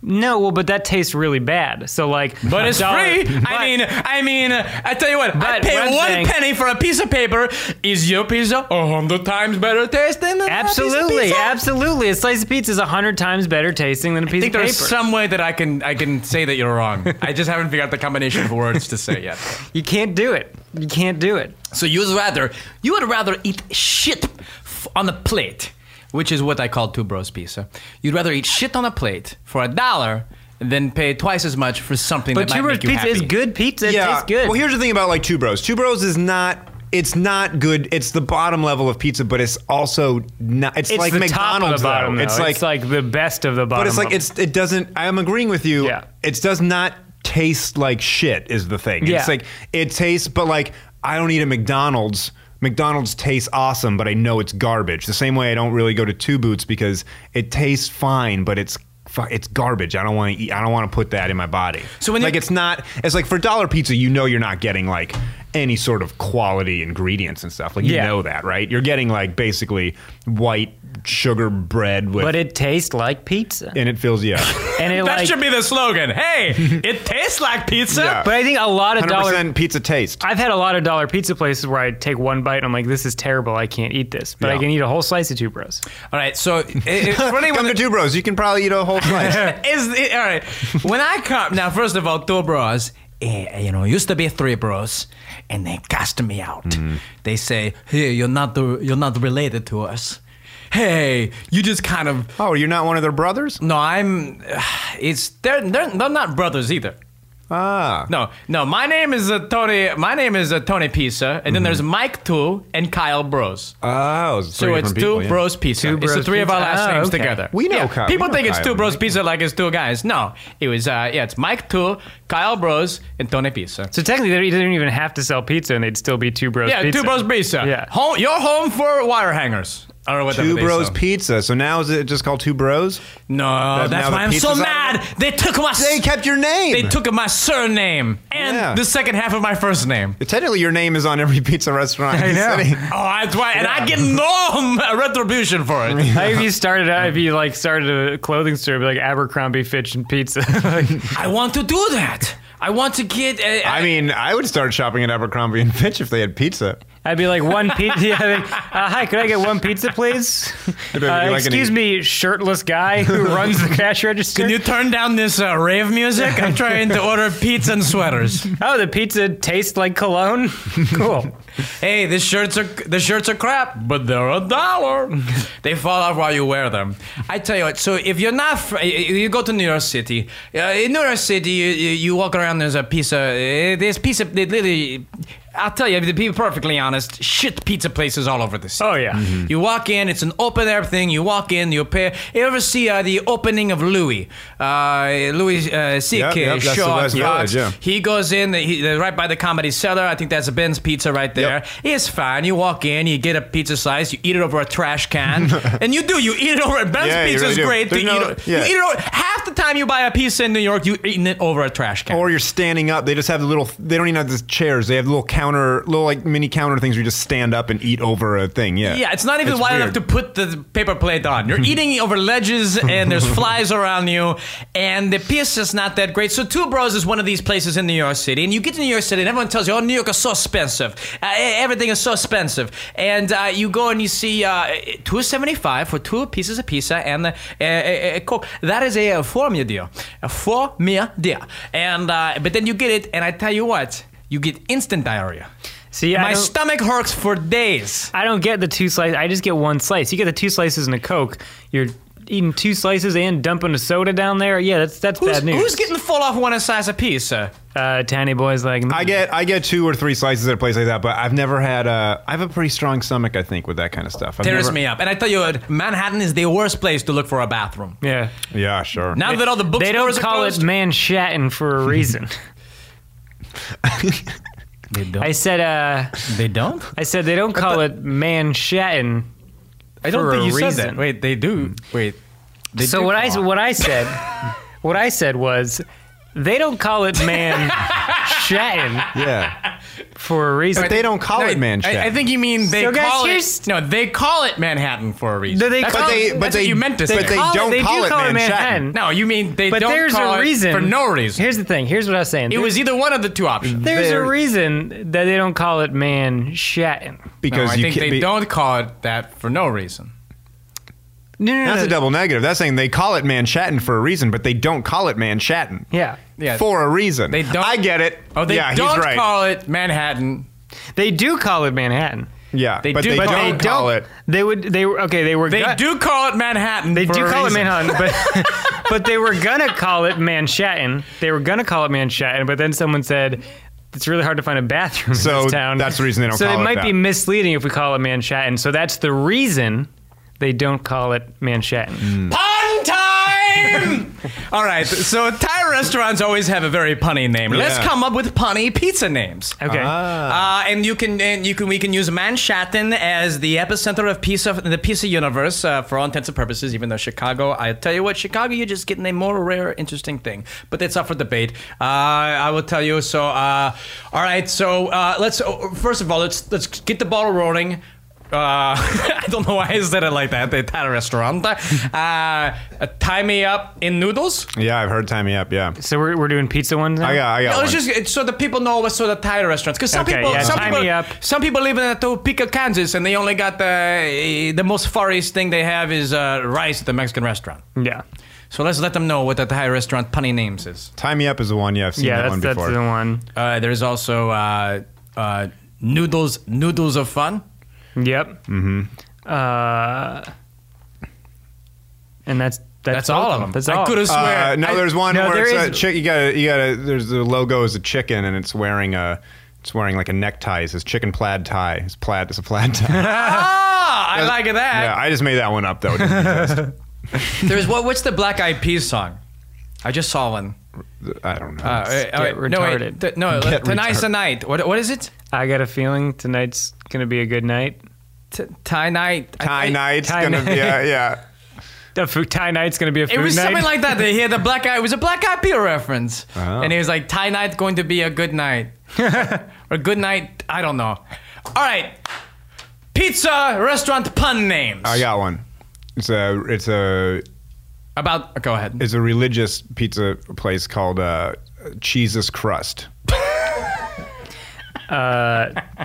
No, well, but that tastes really bad. So, like, But a it's dollar- free. but- I mean, I mean, uh, I tell you what. I But pay what I'm one saying- penny for a piece of paper. Is your pizza a hundred times better tasting? Than A piece of Absolutely, pizza? absolutely. A slice of pizza is a hundred times better tasting than a I piece think of paper. there's some way that I can I can say that you're wrong. I just haven't figured out the combination of words to say yet. you can't do it. You can't do it. So you'd rather you would rather eat shit f- on a plate, which is what I call two bros pizza. You'd rather eat shit on a plate for a dollar than pay twice as much for something But that might Tuber's make you pizza happy. is good pizza. It tastes good. Well, here's the thing about like Two Bros. Two Bros is not. It's not good. It's the bottom level of pizza, but it's also not. It's, it's like the top McDonald's. of the bottom. though. Though. It's, like, the best of the bottom. but it's like level. it's it doesn't. I'm agreeing with you. Yeah. It does not taste like shit. Is the thing. Yeah. It's like it tastes, but like I don't eat at McDonald's. McDonald's tastes awesome, but I know it's garbage. The same way I don't really go to Two Boots because it tastes fine, but it's fu- it's garbage. I don't want to eat. I don't want to put that in my body. So when you- like it's not, it's like for dollar pizza, you know you're not getting like any sort of quality ingredients and stuff. Like you Yeah. know that, right? You're getting like basically white sugar bread with, But it tastes like pizza, and it fills you up. *laughs* and it That like. should be the slogan. Hey, it tastes like pizza. Yeah. But I think a lot of Hundred dollar percent pizza taste. I've had a lot of dollar pizza places where I take one bite and I'm like, this is terrible. I can't eat this. But I Yeah. can eat a whole slice of two bros. All right, so it, *laughs* it's funny when Come to Two Bros. You can probably eat a whole *laughs* slice. *laughs* is it, all right. When I come now, first of all, two bros. eh, you know, used to be three bros, and they cast me out. They say, "Hey, you're not the, you're not related to us. Hey, you just kind of oh, you're not one of their brothers? no. I'm. *sighs* It's they're they're, they're not brothers either. Ah. No, no. My name is uh, Tony. My name is uh, Tony Pisa, and then there's Mike Two and Kyle Bros. Oh, So it's two bros pizza. Two it's the Bros three of our Pizza. last Ah, names okay. together. We know Yeah. Kyle- People we know think it's Kyle. two We bros know pizza like it's two guys. No, it was uh, yeah, it's Mike two, Kyle Bros, and Tony Pizza. So technically, they didn't even have to sell pizza and they'd still be two bros Yeah, pizza. two bros pizza. Yeah. home, you're home for wire hangers. I don't know what Two Bros Pizza. So now is it just called Two Bros? No, That- that's now why the I'm so pizza's out mad. They took my. s- They kept your name. They took my surname and Yeah. the second half of my first name. Technically, your name is on every pizza restaurant. in the city. Oh, that's why, and I get no *laughs* retribution for *laughs* *laughs* it. How if you started out, if you like started a clothing store, it'd be like Abercrombie, Fitch, and Pizza. *laughs* Like, I want to do that. I want to get. uh, I mean, I would start shopping at Abercrombie and Fitch if they had pizza. I'd be like one pizza. *laughs* Yeah, I'd be like, uh, hi, could I get one pizza, please? It'd be Uh, like an- excuse me, shirtless guy who runs the cash register. Can you turn down this uh, rave music? I'm trying to order pizza and sweaters. oh, the pizza tastes like cologne. Cool. Hey, the shirts are the shirts are crap, but they're a *laughs* dollar. they fall off while you wear them. I tell you what. So if you're not, fr- you go to New York City. Uh, in New York City, you, you you walk around. There's a pizza. Uh, there's pizza. They literally. I'll tell you, to be perfectly honest, shit pizza places all over the city. Oh, yeah. Mm-hmm. You walk in, it's an open air thing. You walk in, you pay. You ever see uh, the opening of Louis? Uh, Louis uh, C.K. Yep, yep, that's the Sean West Fox. Village, yeah. He goes in the, he, the, right by the comedy cellar. I think that's a Ben's Pizza right there. Yep. It's fine. You walk in, you get a pizza slice, you eat it over a trash *laughs* can, and you do. You eat it over. Ben's Yeah, you Pizza really is do. great. to There's no- eat, it- yeah. You eat it over. Half the time you buy a pizza in New York, you're eating it over a trash can. Or you're standing up. They just have the little. They don't even have the chairs. They have little counter, little like mini counter things where you just stand up and eat over a thing. Yeah. yeah, it's not even It's wide weird. enough to put the paper plate on. *laughs* You're eating over ledges, and there's flies around you, and the pizza's not that great. So, Two Bros is one of these places in New York City, and you get to New York City, and everyone tells you, "Oh, New York is so expensive. Uh, e- everything is so expensive." And uh, you go and you see uh, two seventy five for two pieces of pizza and uh, a, a, a coke. That is a, a four meal deal, a four meal deal. And uh, but then you get it, and I tell you what, you get instant diarrhea. See, I My don't- stomach hurts for days. I don't get the two slices. I just get one slice. You get the two slices and a Coke. You're eating two slices and dumping a soda down there. Yeah, that's that's Who's, bad news. who's getting full off one size a piece, sir? uh, tiny boys like me? I get I get two or three slices at a place like that, but I've never had a. I have a pretty strong stomach, I think, with that kind of stuff. I've Tears never- me up. And I tell you what, Manhattan is the worst place to look for a bathroom. Yeah. Yeah, sure. Now that all the bookstores They don't are call it closed, Manhattan for a reason. *laughs* they don't. I said, uh, they don't. I said they don't call it Manhattan. I don't For think a you said reason. that. Wait, they do. Wait. They So do what I call it- what I said, what I said was, they don't call *laughs* it Manhattan Yeah. for a reason. But they don't call it man I, I think you mean they So guys, call here's- it. No, they call it Manhattan for a reason. No, they That's call what- But they, but that's they, what you meant to but say. they Call it- don't they do call it call it Manhattan. Manhattan. no, you mean they but don't there's call a reason it for no reason. Here's the thing. Here's what I was saying. it was either one of the two options. There's a There- reason that they don't call it Manhattan. No, because I you think can't they be- don't call it that for no reason. No, no, no. That's a double negative. That's saying they call it Manhattan for a reason, but they don't call it Manhattan Yeah, Yeah. for a reason. They don't- I get it. Oh, they yeah, don't he's right. call it Manhattan. they do call it Manhattan. yeah, they but do they call- don't they call don't- it. They would. They were okay. They were. They gu- do call it Manhattan. They for do a call reason. it Manhattan, but *laughs* but they were gonna call it Manhattan. They were gonna call it Manhattan, but then someone said. It's really hard to find a bathroom in So this town. that's the reason they don't So call it it might be that. misleading if we call it Manhattan. So that's the reason they Mm. don't call it *laughs* Manhattan. Pun time! All right, so Tyra Our restaurants always have a very punny name. Let's Yeah. come up with punny pizza names. Okay. Ah. Uh, and you can and you can we can use Manhattan as the epicenter of pizza the pizza universe uh, for all intents and purposes. Even though Chicago, I tell you what, Chicago, you're just getting a more rare, interesting thing. But that's up for debate. Uh, I will tell you. So, uh, all right. So uh, let's oh, first of all let's let's get the ball rolling. Uh, *laughs* I don't know why I said it like that. At a restaurant, uh, uh, tie me up in noodles. Yeah, I've heard Time Me Up. Yeah, So we're, we're doing pizza ones. Now? I got, I got. No, one. it's just it's so that people know what sort of Thai restaurants. Because some Okay, people, yeah, some tie people, me up. some people live in Topeka, Kansas, and they only got the the most Far East thing they have is uh, rice at the Mexican restaurant. Yeah. So let's let them know what the Thai restaurant punny names is. Time Me Up is the one. Yeah, I've seen Yeah, that that's one that's before. the one. Uh, there's also uh, uh, noodles noodles of fun. *laughs* Yep. Mm-hmm. Uh, and that's that's, That's all both of them. That's I all. could've Uh, swear- no, I- there's one no, where there it's a is- chick. You gotta, you gotta. There's the logo is a chicken, and it's wearing a, it's wearing like a necktie. It says chicken plaid tie. It's plaid. It's a plaid tie. Ah, I like that. yeah, I just made that one up though. It doesn't exist. There's what? What's the Black Eyed Peas song? I just saw one. I don't know. Uh, wait, Get wait, no, wait, retarded. th- no. Get Tonight's retarded. the night. What? What is it? I got a feeling tonight's gonna be a good night. T- Thai night. I Tie think- night's Tie gonna night. be. Yeah, yeah. The food tie night's gonna be a food It was night. something like that. They hear the black eye. It was a black eyed Peas reference, and it was like Thai night going to be a good night or good night. I don't know. All right, pizza restaurant pun names. I got one. It's a, it's a, About go ahead. it's a religious pizza place called uh, Cheese's Crust.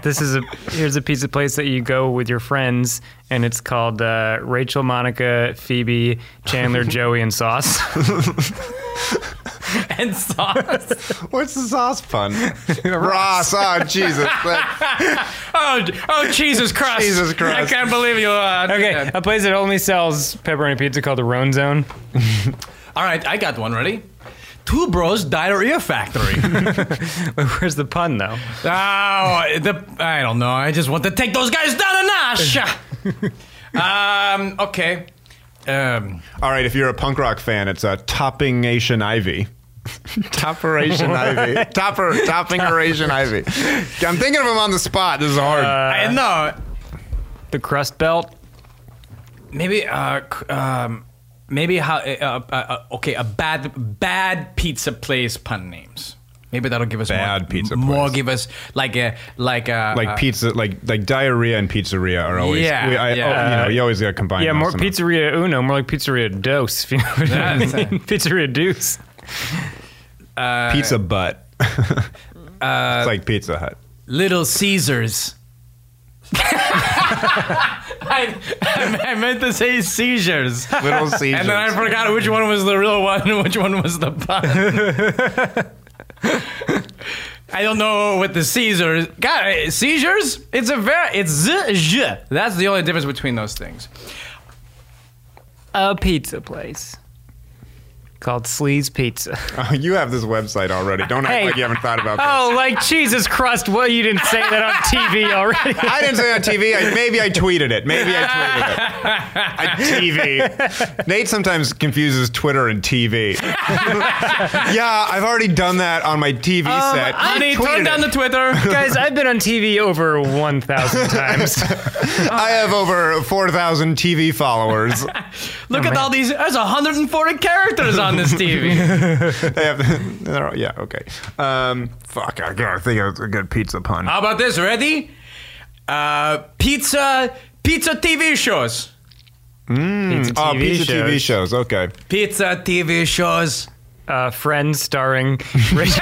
this is a here's a pizza place that you go with your friends, and it's called uh, Rachel, Monica, Phoebe, *laughs* Chandler, Joey, and Sauce. *laughs* and sauce. What's the sauce pun? *laughs* Ross. Oh *laughs* Jesus. That- oh, oh Jesus Christ! Jesus Christ. I can't believe you. Uh, did okay, that. a place that only sells pepperoni pizza called the Roan Zone. *laughs* All right, I got one ready. Two Bros Diarrhea Factory. Where's the pun though? Oh, the, I don't know. I just want to take those guys down a notch. um, okay. Um, All right. If you're a punk rock fan, it's a Topping Nation Ivy. Topperation Ivy. *laughs* Topper. Topping Asian Ivy. I'm thinking of him on the spot. This is hard. I know. The crust belt. Maybe. Uh, c- um, maybe how? Uh, uh, uh, okay, a bad bad pizza place pun names. Maybe that'll give us more, Bad pizza More place. give us like a like a like uh, pizza, like like diarrhea and pizzeria are always. Yeah, we- I- oh, yeah. you know, you always got to combine. Yeah, those more somehow. pizzeria uno, more like pizzeria dos. If you know what I mean. That's a- *laughs* pizzeria deuce. Pizza butt. it's like Pizza Hut. Little Caesars. *laughs* I, I meant to say seizures. Little Caesars. And then *laughs* I forgot which one was the real one and which one was the pun. I don't know what the Caesars. God, eh, seizures? It's a very. It's z- z. That's the only difference between those things. A pizza place called Sleaze Pizza. Oh, you have this website already. Don't act Hey. like you haven't thought about this. Oh, *laughs* like Jesus Christ! Well, you didn't say that on *laughs* TV already. I didn't say it on TV. I, maybe I tweeted it. Maybe I tweeted *laughs* it. I TV. Nate sometimes confuses Twitter and TV. *laughs* yeah, I've already done that on my TV set. Honey, Tweeted turn Um, down it. the *laughs* Twitter. Guys, I've been on TV over 1,000 *laughs* times. I have over 4,000 *laughs* TV followers. Look at all these. There's 140 characters on this *laughs* TV. They have, *laughs* they're all- yeah, okay. Um, fuck, I gotta think of a good pizza pun. How about this? Ready? Uh, pizza. Pizza TV shows. Pizza Oh, pizza shows. TV shows. Okay. Pizza TV shows. Uh, Friends starring *laughs* Rich-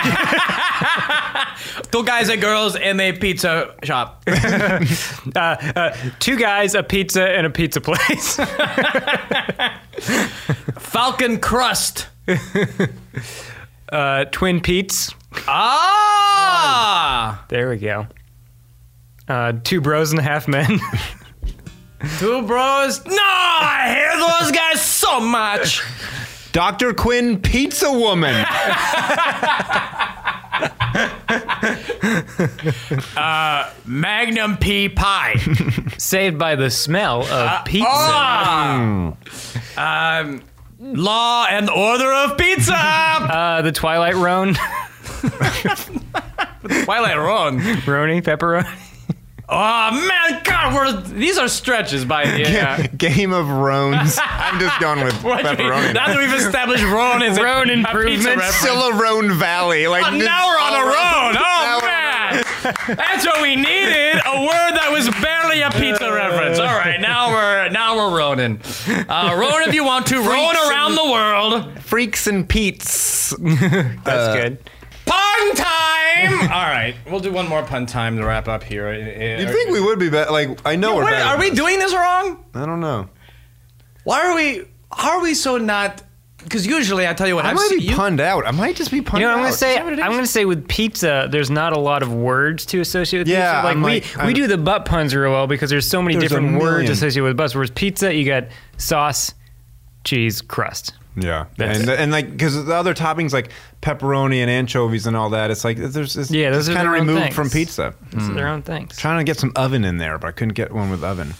Two guys and girls in a pizza shop. uh, uh, two guys, a pizza, and a pizza *laughs* place. Falcon crust. Uh, Twin Peats. Ah! There we go. Uh, two bros and a half men. Two bros. No, I hear those guys so much. Dr. Quinn, pizza *laughs* woman. Magnum pea pie. Uh, oh! Saved by the smell of pizza. Ah! Um, Law and Order of Pizza. Uh, the Twilight Roan, Twilight Roan. *laughs* Roni, Pepperoni. Oh man, God, we're these are stretches by *laughs* yeah. Game of Rones. I'm just going with What do we- pepperoni. now that we've established uh, Roan is Roan improvement, still a Rhone Valley. Like But now we're on a *laughs* road. Now Oh we're man, that's what we needed. A word that was barely a pizza reference. All right, now we're now we're roaning. Uh, roan if you want to. Roan around the world. Freaks and Pete's. That's good. Pun time. *laughs* All right, we'll do one more pun time to wrap up here. Uh, You think we would be better? Like I know we're Wait, better. are we than doing this wrong? this. I don't know. Why are we? How are we so not? Because usually I tell you what. I I've might seen be you- punned out. I might just be punned You know, out. I'm gonna say I'm gonna say with pizza, there's not a lot of words to associate with Yeah, pizza. Like I'm we like- we I'm- do the butt puns real well because there's so many There's a different words million. associated with butts. Whereas pizza, you got sauce, cheese, crust. Yeah, That's and it. and like because the other toppings like pepperoni and anchovies and all that, it's like there's it's, Yeah, those are kind of their own removed things. from pizza. It's their own things. Trying to get some oven in there, but I couldn't get one with oven.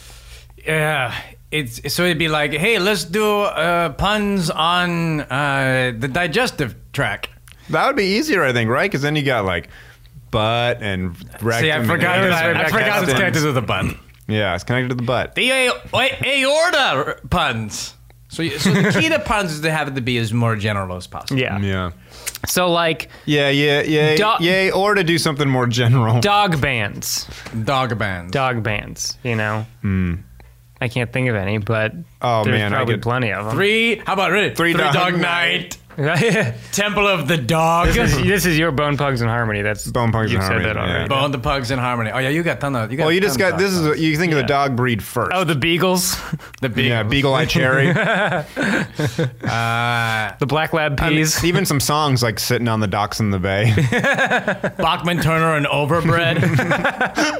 Yeah, it's so it'd be like, hey, let's do uh, puns on uh, the digestive tract. That would be easier, I think, right? Because then you got like butt and rectum. See, I forgot and about, I anus. forgot it's Intestine. connected to the butt. Yeah, it's connected to the butt. The a- a- aorta puns. So, you- so the key to puns is to have it to be as more general as possible. Yeah. Yeah, So like yeah, yeah, yeah, Dog- yay, or to do something more general. dog bands, Dog bands. dog bands. You know. I can't think of any, but Oh, there's man, I probably could- plenty of them. Three. How about really? Three dog, dog night. night. Temple of the dog. *laughs* this, this is your bone pugs in harmony. That's Bone Pugs in you've Harmony, Said that already. Bone the pugs in harmony. Oh yeah, you got ton of. You got Well, you just ton of got this dog is puns. what you think of the dog breed first. Oh, the beagles, *laughs* the big. yeah, beagle eye cherry. the black lab I mean, peas. even some songs like "Sitting on the Docks in the Bay." Bachman Turner and *laughs* Overbred.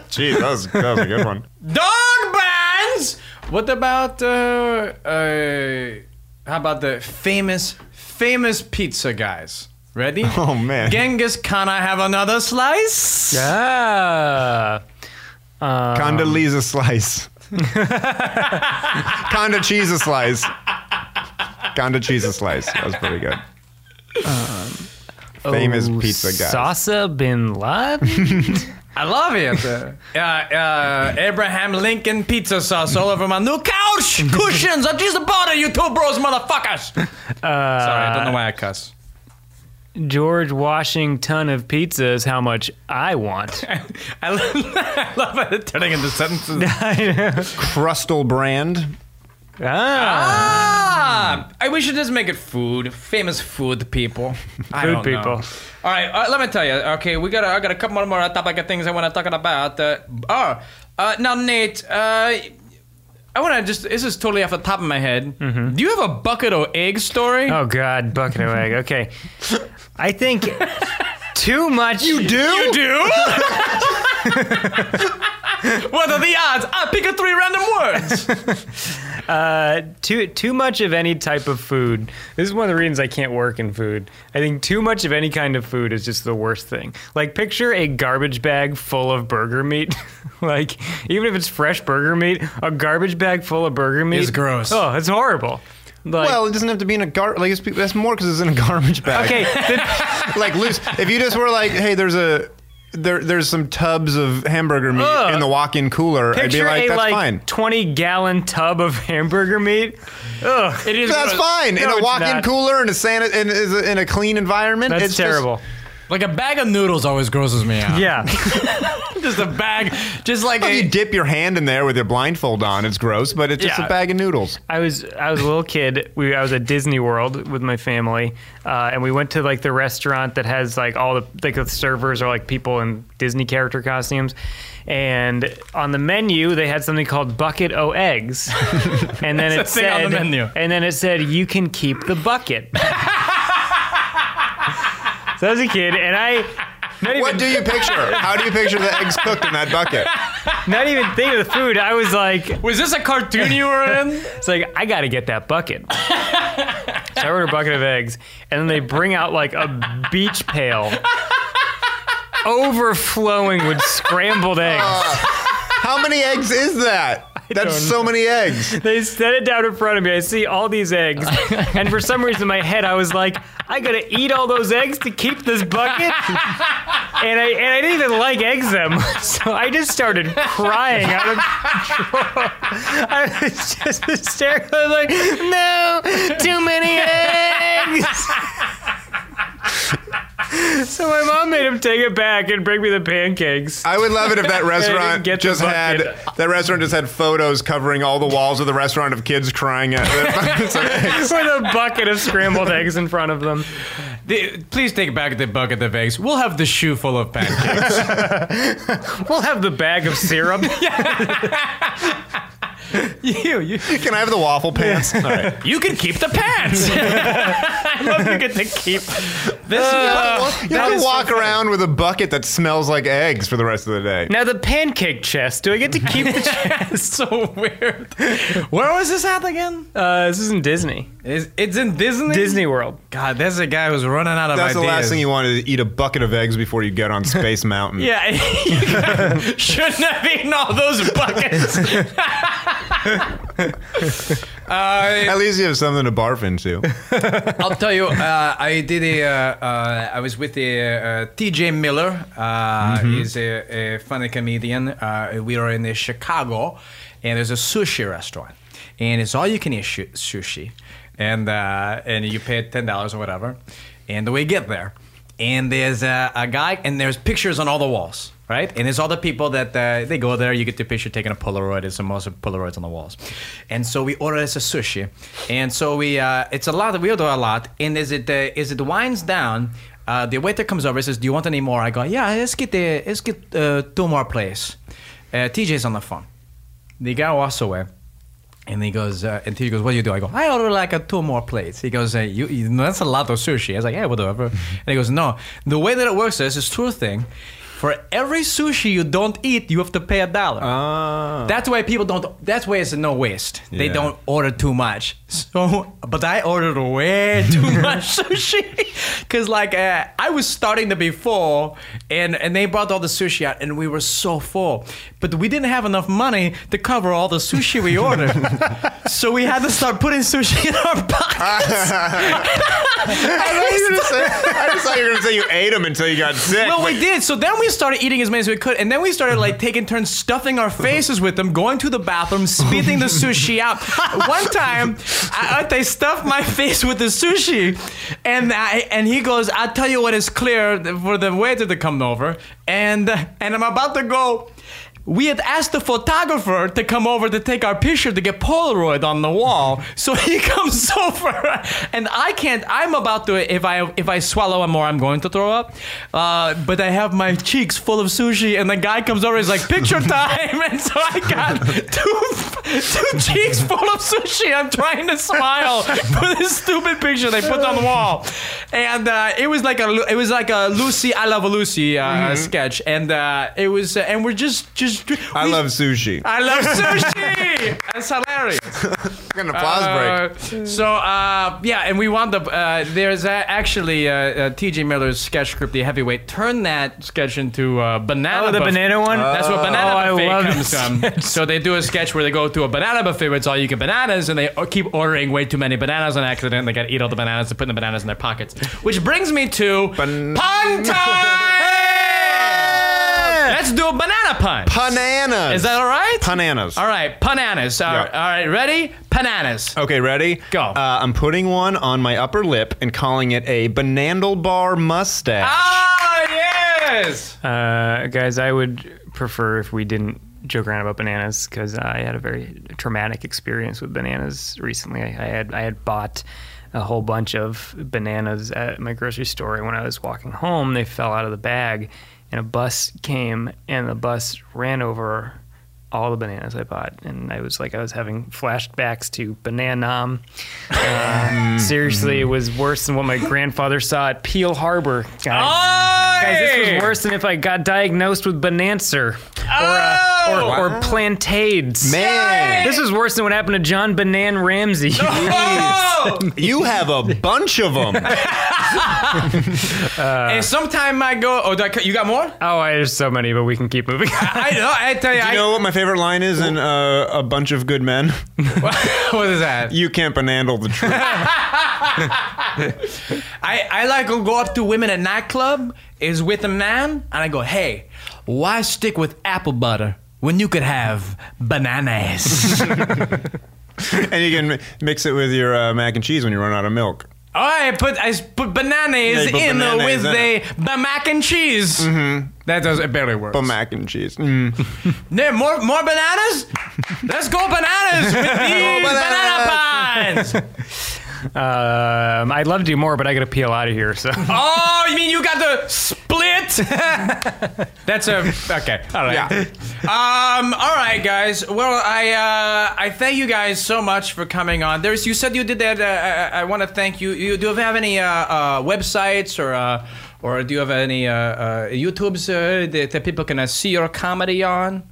*laughs* Gee, that was, that was a good *laughs* one. Dog bands. What about uh, uh, how about the famous famous pizza guys? Ready? *laughs* Oh man, Genghis, can I have another slice? ah. Uh, *laughs* Condoleezza slice. Conda cheese a slice. Conda cheese a slice. That was pretty good. Um, Famous oh, pizza guy. Sasa bin Laden. I love *laughs* it. uh, uh, Abraham Lincoln pizza sauce all over my new couch cushions. I just bought it, you two bros, motherfuckers. Sorry, I don't know why I cuss. *laughs* George Washington of pizza is how much I want. I love, *laughs* I love it turning into sentences. Crustal brand. ah, Ah, I, we should just make it food. Famous food people. I *laughs* Food don't know. people. All right, uh, let me tell you. Okay, we got. I got a couple more, more topic of things I want to talk about. Uh, oh, uh, now Nate, uh, I want to just. This is totally off the top of my head. Do you have a bucket of egg story? Mm-hmm. oh God, bucket of egg. Okay, I think too much. You do. You *laughs* do? *laughs* what are the odds? I pick a three random words. *laughs* Uh, too too much of any type of food. This is one of the reasons I can't work in food. I think too much of any kind of food is just the worst thing. Like picture a garbage bag full of burger meat. *laughs* like even if it's fresh burger meat, a garbage bag full of burger meat Is gross. Oh, it's horrible. Like, well, it doesn't have to be in a gar. Like it's, that's more because it's in a garbage bag. *laughs* okay, the- like loose. If you just were like, hey, there's a. There, there's some tubs of hamburger meat Ugh. in the walk-in cooler. I'd be picture like, a that's like fine. twenty gallon tub of *laughs* hamburger meat. Ugh, it is. That's fine. No, in it's a walk-in not. cooler in a sanit- in, is a- in a clean environment. That's it's just- terrible. Like a bag of noodles always grosses me out. *laughs* yeah, *laughs* Oh, Just a bag, just like if a, you dip your hand in there with your blindfold on, it's gross, but it's just Yeah. a bag of noodles. I was I was a little kid. We I was at Disney World with my family, uh, and we went to like the restaurant that has like all the like the servers are like people in Disney character costumes, and on the menu they had something called bucket *laughs* o eggs, and then it That's a thing on the said menu. and then it said you can keep *laughs* the bucket. so I was a kid, and I. Not What even, do you picture? How do you picture the eggs cooked in that bucket? not even thinking of the food. I was like, Was this a cartoon you were *laughs* in? It's like I gotta get that bucket. so I order a bucket of eggs, and then they bring out like a beach pail, overflowing with scrambled eggs. *laughs* How many eggs is that? That's so many eggs. They set it down in front of me. I see all these eggs. And for some reason in my head I was like, I gotta eat all those eggs to keep this bucket. And I and I didn't even like eggs them. *laughs* So I just started crying out of control. *laughs* I was just hysterical. I was like, no, too many eggs. *laughs* So my mom made him take it back and bring me the *laughs* pancakes. I would love *laughs* it if that restaurant get the just had bucket. that restaurant just had photos covering all the walls of the restaurant of kids crying at *laughs* buckets of eggs. With a bucket of scrambled eggs in front of them. The- please take back the bucket of eggs. We'll have the shoe full of *laughs* pancakes. We'll have the bag of syrup. *laughs* you, you, Can I have the waffle pants? All right. you can keep the *laughs* pants. you get to keep. This *laughs* You have to walk around with a bucket that smells like eggs for the rest of the day. Now the pancake chest. Do I get to keep *laughs* the chest? is so weird. Where was this at again? Uh, this isn't Disney. Is it's in Disney? Disney World. God, there's a guy who's running out of That's ideas. the *laughs* last thing you want is eat a bucket of eggs before you get on Space Mountain. Yeah. *laughs* Shouldn't have eaten all those buckets. uh, At least you have something to *laughs* barf into. *laughs* I'll tell you, uh, I did a. Uh, uh, I was with a uh, T.J. Miller. Uh, He's a, a funny comedian. Uh, we were in uh, Chicago, and there's a sushi restaurant, and it's all you can eat shu- sushi, and uh, and you pay ten dollars or whatever, and we get there, and there's a, a guy, and there's pictures on all the walls. Right, and there's all the people that uh, they go there. You get the picture taken a Polaroid. It's the most Polaroids on the walls, and so we order this a sushi, and so we uh, it's a lot. We order a lot, and as it uh, as it winds down, uh, the waiter comes over. and says, "Do you want any more?" I go, "Yeah, let's get the let's get uh, two more, please." Uh, TJ's on the phone. The guy walks away. And he goes, uh, and he goes, what do you do? I go, I order like a two more plates. He goes, uh, you, you know, that's a lot of sushi. I was like, yeah, whatever. and he goes, no, the way that it works is it's true thing. For every sushi you don't eat, you have to pay a dollar. That's why people don't. That's why it's no waste. They Yeah. don't order too much. So, but I ordered way too much sushi, cause like uh, I was starting to be full, and and they brought all the sushi out, and we were so full, but we didn't have enough money to cover all the sushi we ordered. so we had to start putting sushi in our pockets. *laughs* I, thought you were gonna say, I just thought you were going to say you ate them until you got sick. Well, we did. So then we started eating as many as we could, and then we started like taking turns stuffing our faces with them, going to the bathroom, spitting the sushi out. One time, I, I stuffed my face with the sushi, and I, and he goes, "I'll tell you what is clear for the waiter to come over," and and I'm about to go. We had asked the photographer to come over to take our picture to get Polaroid on the wall. So he comes *laughs* over, and I can't. I'm about to. If I if I swallow one more, I'm going to throw up. Uh, but I have my cheeks full of sushi, and the guy comes over. He's like, "Picture time!" And so I got two two cheeks full of sushi. I'm trying to smile for this stupid picture they put on the wall, and uh, it was like a Lu- it was like a Lucy I love Lucy uh, sketch, and uh, it was uh, and we're just just I we- Uh, love sushi. I love sushi. That's hilarious. an applause break. Uh, so uh, yeah, and we wound up. Uh, there's a, actually uh, uh, T.J. Miller's sketch script, The Heavyweight. Turn that sketch into uh, banana. Oh, the buff- banana one? That's what banana Oh, I buffet love comes that *laughs* from. sketch. So they do a sketch where they go to a banana buffet where it's all you can bananas, and they o- keep ordering way too many bananas on accident. They got to eat all the bananas and put the bananas in their pockets. Which brings me to Ban- *laughs* pun time. Let's do a banana pun. Bananas. Is that all right? Bananas. All right, bananas. All right, Yeah. all right ready? Oh. Bananas. Okay, ready? Go. Uh, I'm putting one on my upper lip and calling it a banandlebar mustache. Ah, yes. Uh, guys, I would prefer if we didn't joke around about bananas because I had a very traumatic experience with bananas recently. I, I had I had bought a whole bunch of bananas at my grocery store, and when I was walking home, they fell out of the bag, and a bus came, and the bus ran over all the bananas I bought, and I was like, I was having flashbacks to Bananam. Um, seriously, it was worse than what my grandfather saw at Peel Harbor. Guys. Oh, Guys, this was worse than if I got diagnosed with Bonancer or, uh, or, Oh! or Plantades. Man, This is worse than what happened to Oh! John Banan Ramsey. *laughs* you have a bunch of them. Uh. and sometime I go, oh, do I cut- you got *laughs* more? Oh, I, there's so many, but we can keep moving. *laughs* I know. I tell you, You I, know what my favorite line is in uh, A Bunch of Good Men? *laughs* *laughs* what is that? you can't banandle the *laughs* truth. I, I like to go up to women at nightclub is with a man and I go, hey, why stick with apple butter when you could have bananas? and you can mi- mix it with your uh, mac and cheese when you run out of milk. *laughs* oh, I put I s- put bananas Yeah, you put in bananas with in the ba- mac and cheese. Mm-hmm. That does it barely works. But mac and cheese. Mm. There, more more *laughs* bananas? Let's go bananas with these banana pies. Um, I'd love to do more, but I got to peel out of here. So *laughs* Oh, you mean you got the split? *laughs* That's a okay. All right. Yeah. Um. All right, guys. Well, I uh, I thank you guys so much for coming on. There's you said you did that. Uh, I, I want to thank you. You do you have any uh, uh, websites or uh, or do you have any uh, uh, YouTubes uh, that, that people can uh, see your comedy on?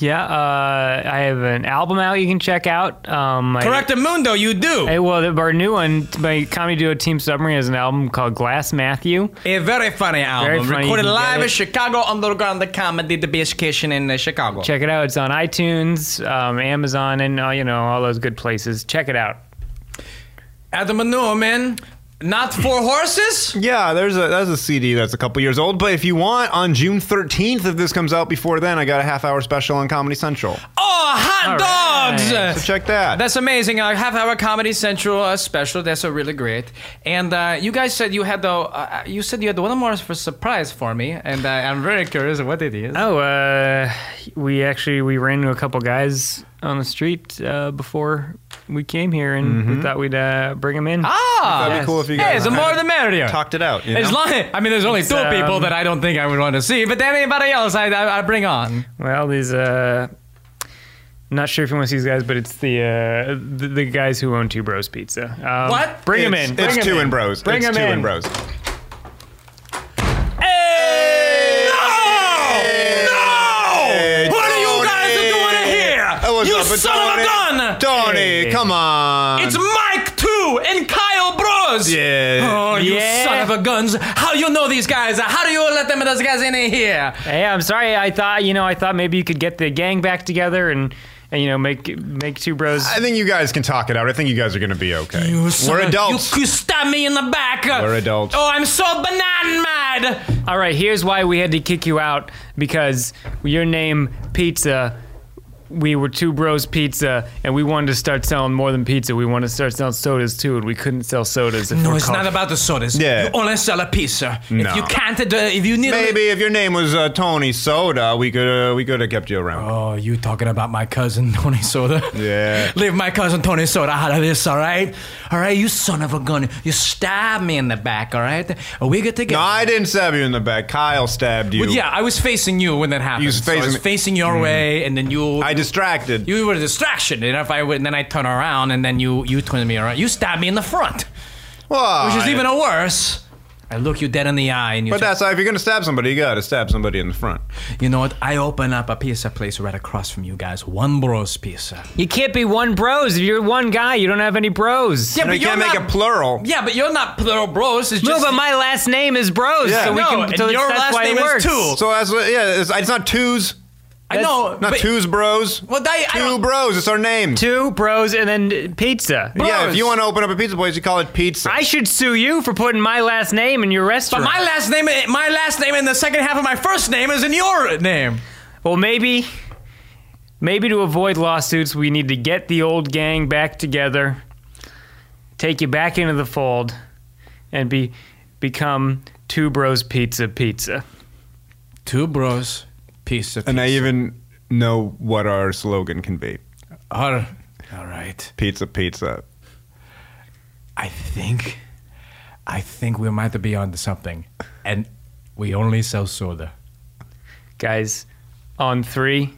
yeah, uh, I have an album out you can check out. Um, I- Correct, Mundo. You do Hey, well, our new one, my comedy duo Team Submarine has an album called Glass Matthew. a very funny album Very funny. recorded You can get live it. at Chicago Underground Comedy, the best kitchen in uh, Chicago. Check it out. It's on iTunes, um, Amazon, and uh, you know all those good places. Check it out. Adam and Newman, not for horses. Yeah, there's a that's a CD that's a couple years old. But if you want, on June 13th, if this comes out before then, I got a half hour special on Comedy Central. Oh, hot dogs! So check that. That's amazing. Uh, half hour Comedy Central uh, special. That's uh, really great. And uh, you guys said you had the uh, you said you had one more for surprise for me, and uh, I'm very curious what it Ah, is. Oh, uh, we actually we ran into a couple guys on the street uh, before we came here, and Mm-hmm. we thought we'd uh, bring them in. ah, That'd be cool if you Hey, guys the more the merrier. talked it out. You As know? long, I mean, there's only two um, people that I don't think I would want to see, but then anybody else I, I, I bring on. Well, these uh, not sure if you want to see these guys, but it's the uh, the, the guys who own Two Bros Pizza. Um, What? Bring them It's- in. Bring it's 'em two in. and bros. Bring it's 'em two in. and bros. Hey! No! Hey, What are you guys Tony! doing here? Hey, what's You up, it's son of a Tony. gun! Tony, come on. It's Mike too and Kyle Bros. yeah. Oh, you Yeah. son of a guns! How you know these guys? How do you let them those guys in here? Hey, I'm sorry. I thought you know I thought maybe you could get the gang back together and and you know make make Two Bros. I think you guys can talk it out. I think you guys are going to be okay. You son We're of- adults. You, you stab me in the back. We're adults. Oh, I'm so banana mad. All right, here's why we had to kick you out because your name Pizza. We were two bros pizza, and we wanted to start selling more than pizza. We wanted to start selling sodas too, and we couldn't sell sodas. If No, we're it's called- not about the sodas. Yeah. You only sell a pizza. No. If you can't, uh, if you need. Maybe if your name was uh, Tony Soda, we could uh, we could have kept you around. Oh, you talking about my cousin *laughs* Tony Soda? Yeah. Leave my cousin Tony Soda out of this, all right? All right, you son of a gun. You stab me in the back, all right? We get together. No, I didn't stab you in the back. Kyle stabbed you. Well, yeah, I was facing you when that happened. was So I was facing- Mm. facing your way, and then you. I distracted. you were a distraction, and if I would, then I turn around, and then you you turned me around. You stabbed me in the front, Why? which is even worse. I look you dead in the eye, and you. But say, that's how, if you're gonna stab somebody, you gotta stab somebody in the front. you know what? I open up a pizza place right across from you guys, One Bros Pizza. You can't be one bros. If you're one guy, you don't have any bros. Yeah, And you can't make a plural. Yeah, but you're not plural bros. It's No, just but my last name is Bros, Yeah. so we No, can. So and your that's last why it name is works. Tool. So that's what. Yeah, it's, it's not twos, I know, not but- twos, bros. Well, they- I two don't- bros. It's our name. Two Bros and then pizza. Yeah, bros. if you want to open up a pizza place, you call it pizza. I should sue you for putting my last name in your But restaurant. my last name, my last name, and the second half of my first name is in your name. well, maybe, maybe to avoid lawsuits, we need to get the old gang back together, take you back into the fold, and be become Two Bros Pizza Pizza. Two bros, piece of. and I even know what our slogan can be: all right. pizza, pizza. I think, I think we might be onto something, and we only sell soda. Guys, on three,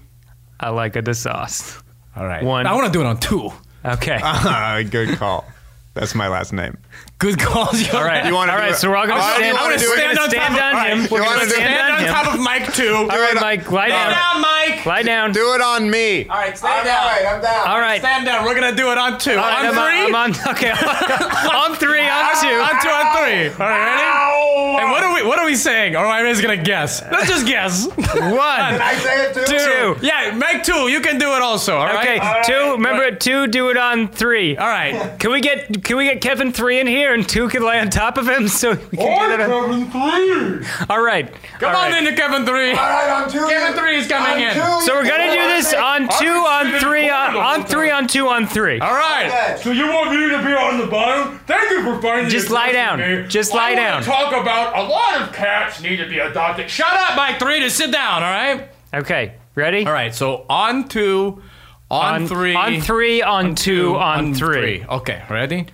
I like a the sauce. All right. One. I want to do it on two. Okay. Ah, *laughs* Good call. That's my last name. Good calls. All right. *laughs* You wanna all do right, it? so we're all gonna Why do you stand, wanna we're do it? Stand on gonna stand top of- on all him. right, We're you gonna wanna do it? stand Stand on on him. top of Mike too. Do it- Mike, lie Stand down. down, Mike. Lie down. Do it on me. All right, stand down. I'm down. All right. Stand down. We're gonna do it on two. All right, on I'm three. On, I'm on. Okay. *laughs* on three. On two. On two. On three. *laughs* All right, ready? And what are we? What are we saying? Or am I just gonna guess? Let's just *laughs* guess. One. I say it too. Two. yeah, Mike two. You can do it also. All right. Okay. Two. Remember, two. Do it on three. All right. Can we get Can we get Kevin three in here and two can lay on top of him so we can do that? On... All right. Come All on right. in, Kevin three. right, on two. Kevin three is coming in. All So we're gonna do this on two, on three, on, on three, on two, on three. right. So you want me to be on the bottom? Thank you for finding. Just the lie person, down. me. Just I lie wanna down. Talk about a lot of cats need to be adopted. Shut Shut up, Mike three. Just sit down. All right. Okay. Ready? All right. So on two, on, On three, On three. On, two. On, three. Okay, ready?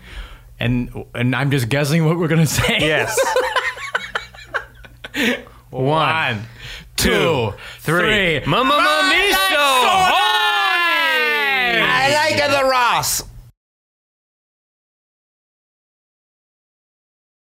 And and I'm just guessing what we're gonna *laughs* say. Yes. One. One, two, three. Mamma mia! I like the Ross.